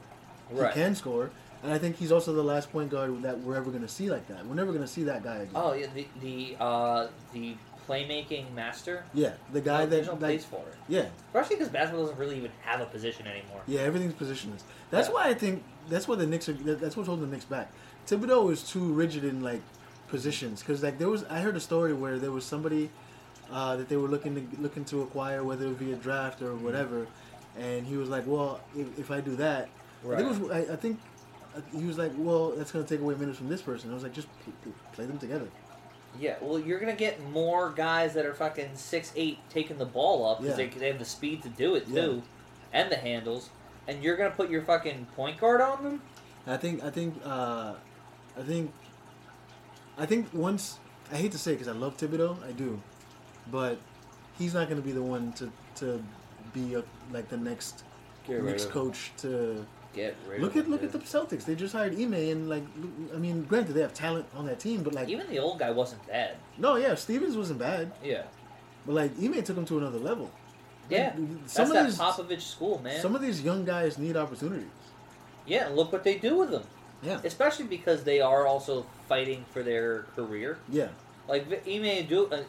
right?
He can score, and I think he's also the last point guard that we're ever going to see like that. We're never going to see that guy again.
Oh yeah, the the uh, the playmaking master.
Yeah, the guy
there's
that
no
like,
place for it.
yeah,
Especially because basketball doesn't really even have a position anymore.
yeah, everything's positionless. That's
Yeah.
why I think that's why the Knicks are. that- That's what's holding the Knicks back. Thibodeau is too rigid in like positions because like there was I heard a story where there was somebody uh, that they were looking to looking to acquire whether it be a draft or whatever, and he was like, well, if, if I do that, I think, it was, I, I think uh, he was like, well, that's going to take away minutes from this person. I was like, just pl- pl- play them together.
Yeah, well, you're gonna get more guys that are fucking six eight taking the ball up
Yeah.
because they, they have the speed to do it
Yeah.
too, and the handles. And you're gonna put your fucking point guard on them.
I think I think uh, I think I think once I hate to say because I love Thibodeau, I do, but he's not going to be the one to to be a, like the next next coach to
Get rid
look
of
at
him,
look at the
dude.
Celtics. They just hired Ime and like I mean, granted they have talent on that team, but like
Even the old guy wasn't bad.
no, yeah, Stevens wasn't bad,
Yeah,
but like Ime took him to another level.
yeah.
Some
That's
of
that
these-
Popovich school, man.
Some of these young guys need opportunities.
yeah, and look what they do with them.
Yeah.
Especially because they are also fighting for their career.
Yeah.
Like V- Ime do uh,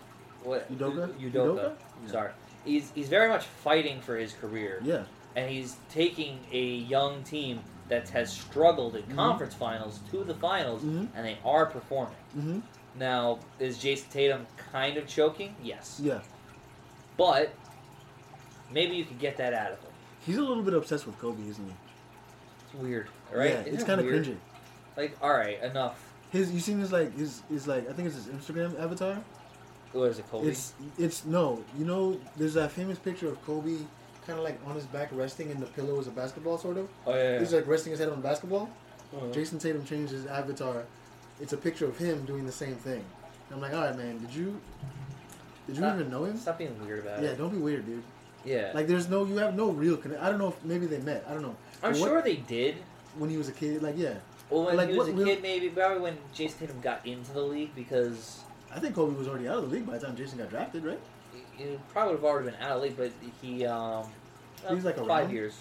what
Udoka?
Udoka.
Udoka?
Sorry, he's he's very much fighting for his career.
Yeah.
and he's taking a young team that has struggled in
Mhm.
conference finals to the finals,
Mhm.
and they are performing.
hmm
Now, is Jason Tatum kind of choking? Yes,
Yeah.
but maybe you could get that out of him.
He's a little bit obsessed with Kobe, isn't he?
It's weird, right?
Yeah,
Isn't
it's
it
kind of
weird?
cringy.
Like, all right, enough.
His, you seen his like his, his like I think it's his Instagram avatar.
What is it, Kobe?
It's it's no, you know, there's that famous picture of Kobe kind of like on his back resting, and the pillow is a basketball sort of.
oh yeah, yeah,
He's like resting his head on the basketball.
Uh-huh.
Jason Tatum changed his avatar. It's a picture of him doing the same thing. And I'm like, all right, man, did you did you
Nah.
even know him?
Stop being weird about
Yeah,
it.
don't be weird, dude.
Yeah,
Like, there's no, you have no real connection. I don't know if maybe they met. I don't know.
I'm
What-
sure they did.
When he was a kid, like, yeah,
Well, when
Like,
he was
what
a
real-
kid, maybe probably when Jason Tatum got into the league because
I think Kobe was already out of the league by the time Jason got drafted, right?
He he probably would have already been out of the league, but he um,
He was, like,
five
around?
years.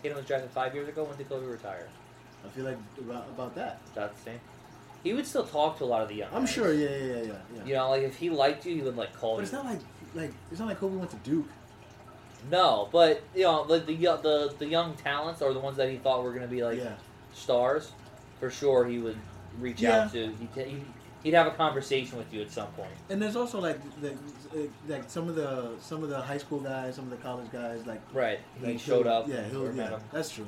Tatum was drafted five years ago. When did Kobe retire?
I feel like about, about that.
About the same. He would still talk to a lot of the young.
I'm
guys.
sure, yeah, yeah, yeah, yeah. yeah.
You know, like if he liked you, he would like call
But
you.
it's not like like it's not like Kobe went to Duke.
no, but you know, like the yo- the the young talents or the ones that he thought were going to be like
yeah,
stars. For sure, he would reach out to. He'd, ta- he'd- he'd have a conversation with you at some point.
and there's also like the, uh, like some of the some of the high school guys, some of the college guys, like
Right. He
like
showed
he'll-
up.
Yeah,
or
he'll,
met
yeah,
him.
that's true.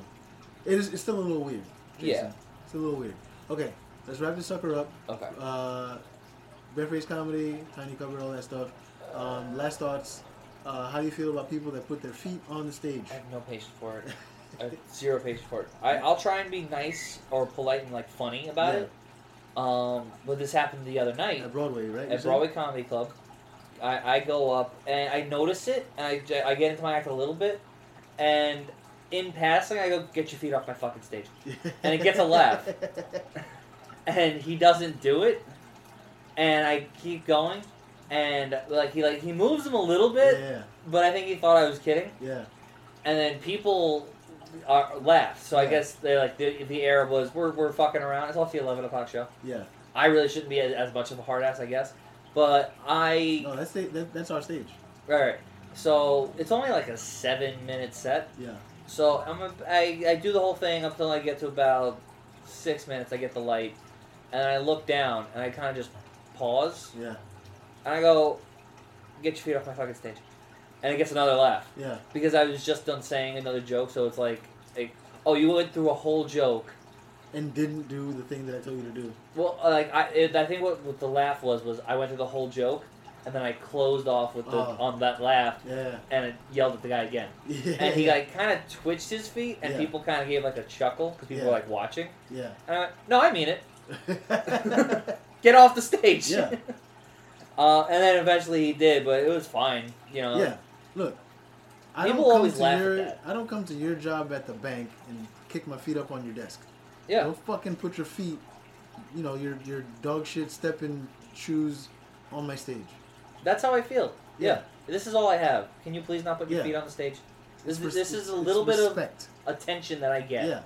It is. It's still a little weird. Jason.
Yeah.
it's a little weird. Okay, let's wrap this sucker up.
Okay.
Uh, Redface comedy, tiny covered all that stuff. Um, last thoughts. Uh, how do you feel about people that put their feet on the stage?
I have no patience for it. I have zero patience for it. I, I'll try and be nice or polite and like funny about
Yeah.
it. Um, but this happened the other night
At Broadway, right? you
at
said?
Broadway Comedy Club. I, I go up and I notice it and I, j- I get into my act a little bit and in passing I go get your feet off my fucking stage and it gets a laugh. and he doesn't do it and I keep going and like he like he moves him a little bit
yeah,
but I think he thought I was kidding
yeah.
and then people are, laughed. So I
Yeah.
guess they like the, the air was we're, we're fucking around. It's off the eleven o'clock show.
Yeah.
I really shouldn't be as, as much of a hard ass, I guess. But I
No, that's the, that, that's our stage.
all right. So it's only like a seven minute set.
Yeah.
So I'm a, I, I do the whole thing up until I get to about six minutes. I get the light, and I look down and I kind of just pause
Yeah.
and I go, "Get your feet off my fucking stage," and it gets another laugh.
Yeah.
because I was just done saying another joke, so it's like, like oh, you went through a whole joke.
And didn't do the thing that I told you to do.
Well, uh, like I, it, I think what, what the laugh was was I went through the whole joke, and then I closed off with the
Oh.
on that laugh
Yeah.
and it yelled at the guy again,
yeah.
and he like kind of twitched his feet, and
Yeah.
people kind of gave like a chuckle because people
Yeah.
were like watching,
Yeah.
and I went, no, I mean it. Get off the stage.
Yeah.
uh, and then eventually he did, but it was fine. You know.
yeah. Look, I
People
don't come
always
to
laugh at
your,
that.
I don't come to your job at the bank and kick my feet up on your desk.
Yeah.
Don't fucking put your feet, you know, your your dog shit stepping shoes on my stage.
That's how I feel. Yeah.
Yeah.
This is all I have. Can you please not put your
Yeah.
feet on the stage? This,
It's res-
this is a
it's
little bit of
respect.
attention that I get.
Yeah.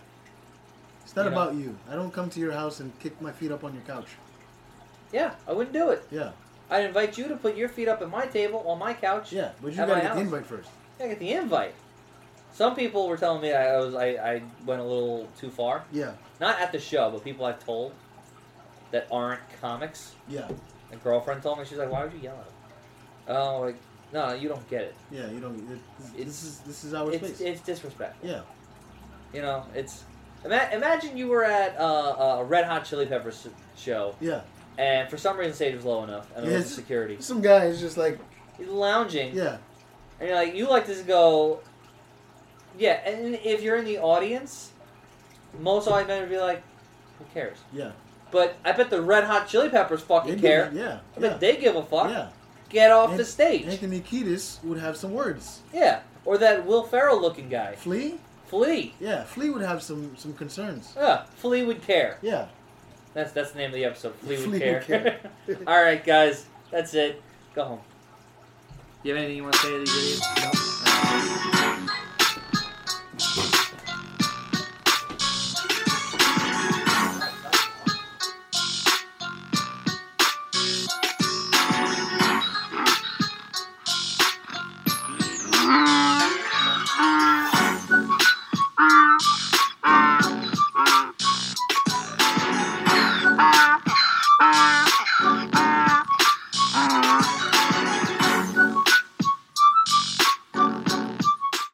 It's not
You know?
about you. I don't come to your house and kick my feet up on your couch.
Yeah, I wouldn't do it.
Yeah.
I'd invite you to put your feet up at my table on my couch.
Yeah. But you
At my
gotta get
house.
the invite first.
I get the invite. Some people were telling me I was I, I went a little too far.
Yeah.
Not at the show, but people I've told that aren't comics.
Yeah.
A girlfriend told me she's like, "Why would you yell at him?" Oh, like no, you don't get it.
Yeah. You don't. It,
It's-
this is this is our
It's
space.
it's disrespectful.
Oh, yeah.
You know, it's ima- imagine you were at uh, a Red Hot Chili Peppers show,
Yeah.
and for some reason the stage was low enough, and there
Yeah,
was
it's-
security.
Some guy is just like
He's lounging,
yeah.
and you're like, you like to go, yeah. And if you're in the audience, most audience members would be like, "Who cares?"
Yeah.
But I bet the Red Hot Chili Peppers fucking
They
care.
give- Yeah.
I
Yeah.
bet they give a fuck.
yeah.
Get off
An-
the stage.
Anthony Kiedis would have some words.
Yeah, or that Will Ferrell looking guy,
Flea?
Flea.
Yeah. Flea would have some some concerns.
Yeah, Flea would care.
Yeah.
That's that's the name of the episode. Flea would
Flea would
care.
care.
All right, guys, that's it. Go home.
you have anything you want to say to these idiots?
No.
No.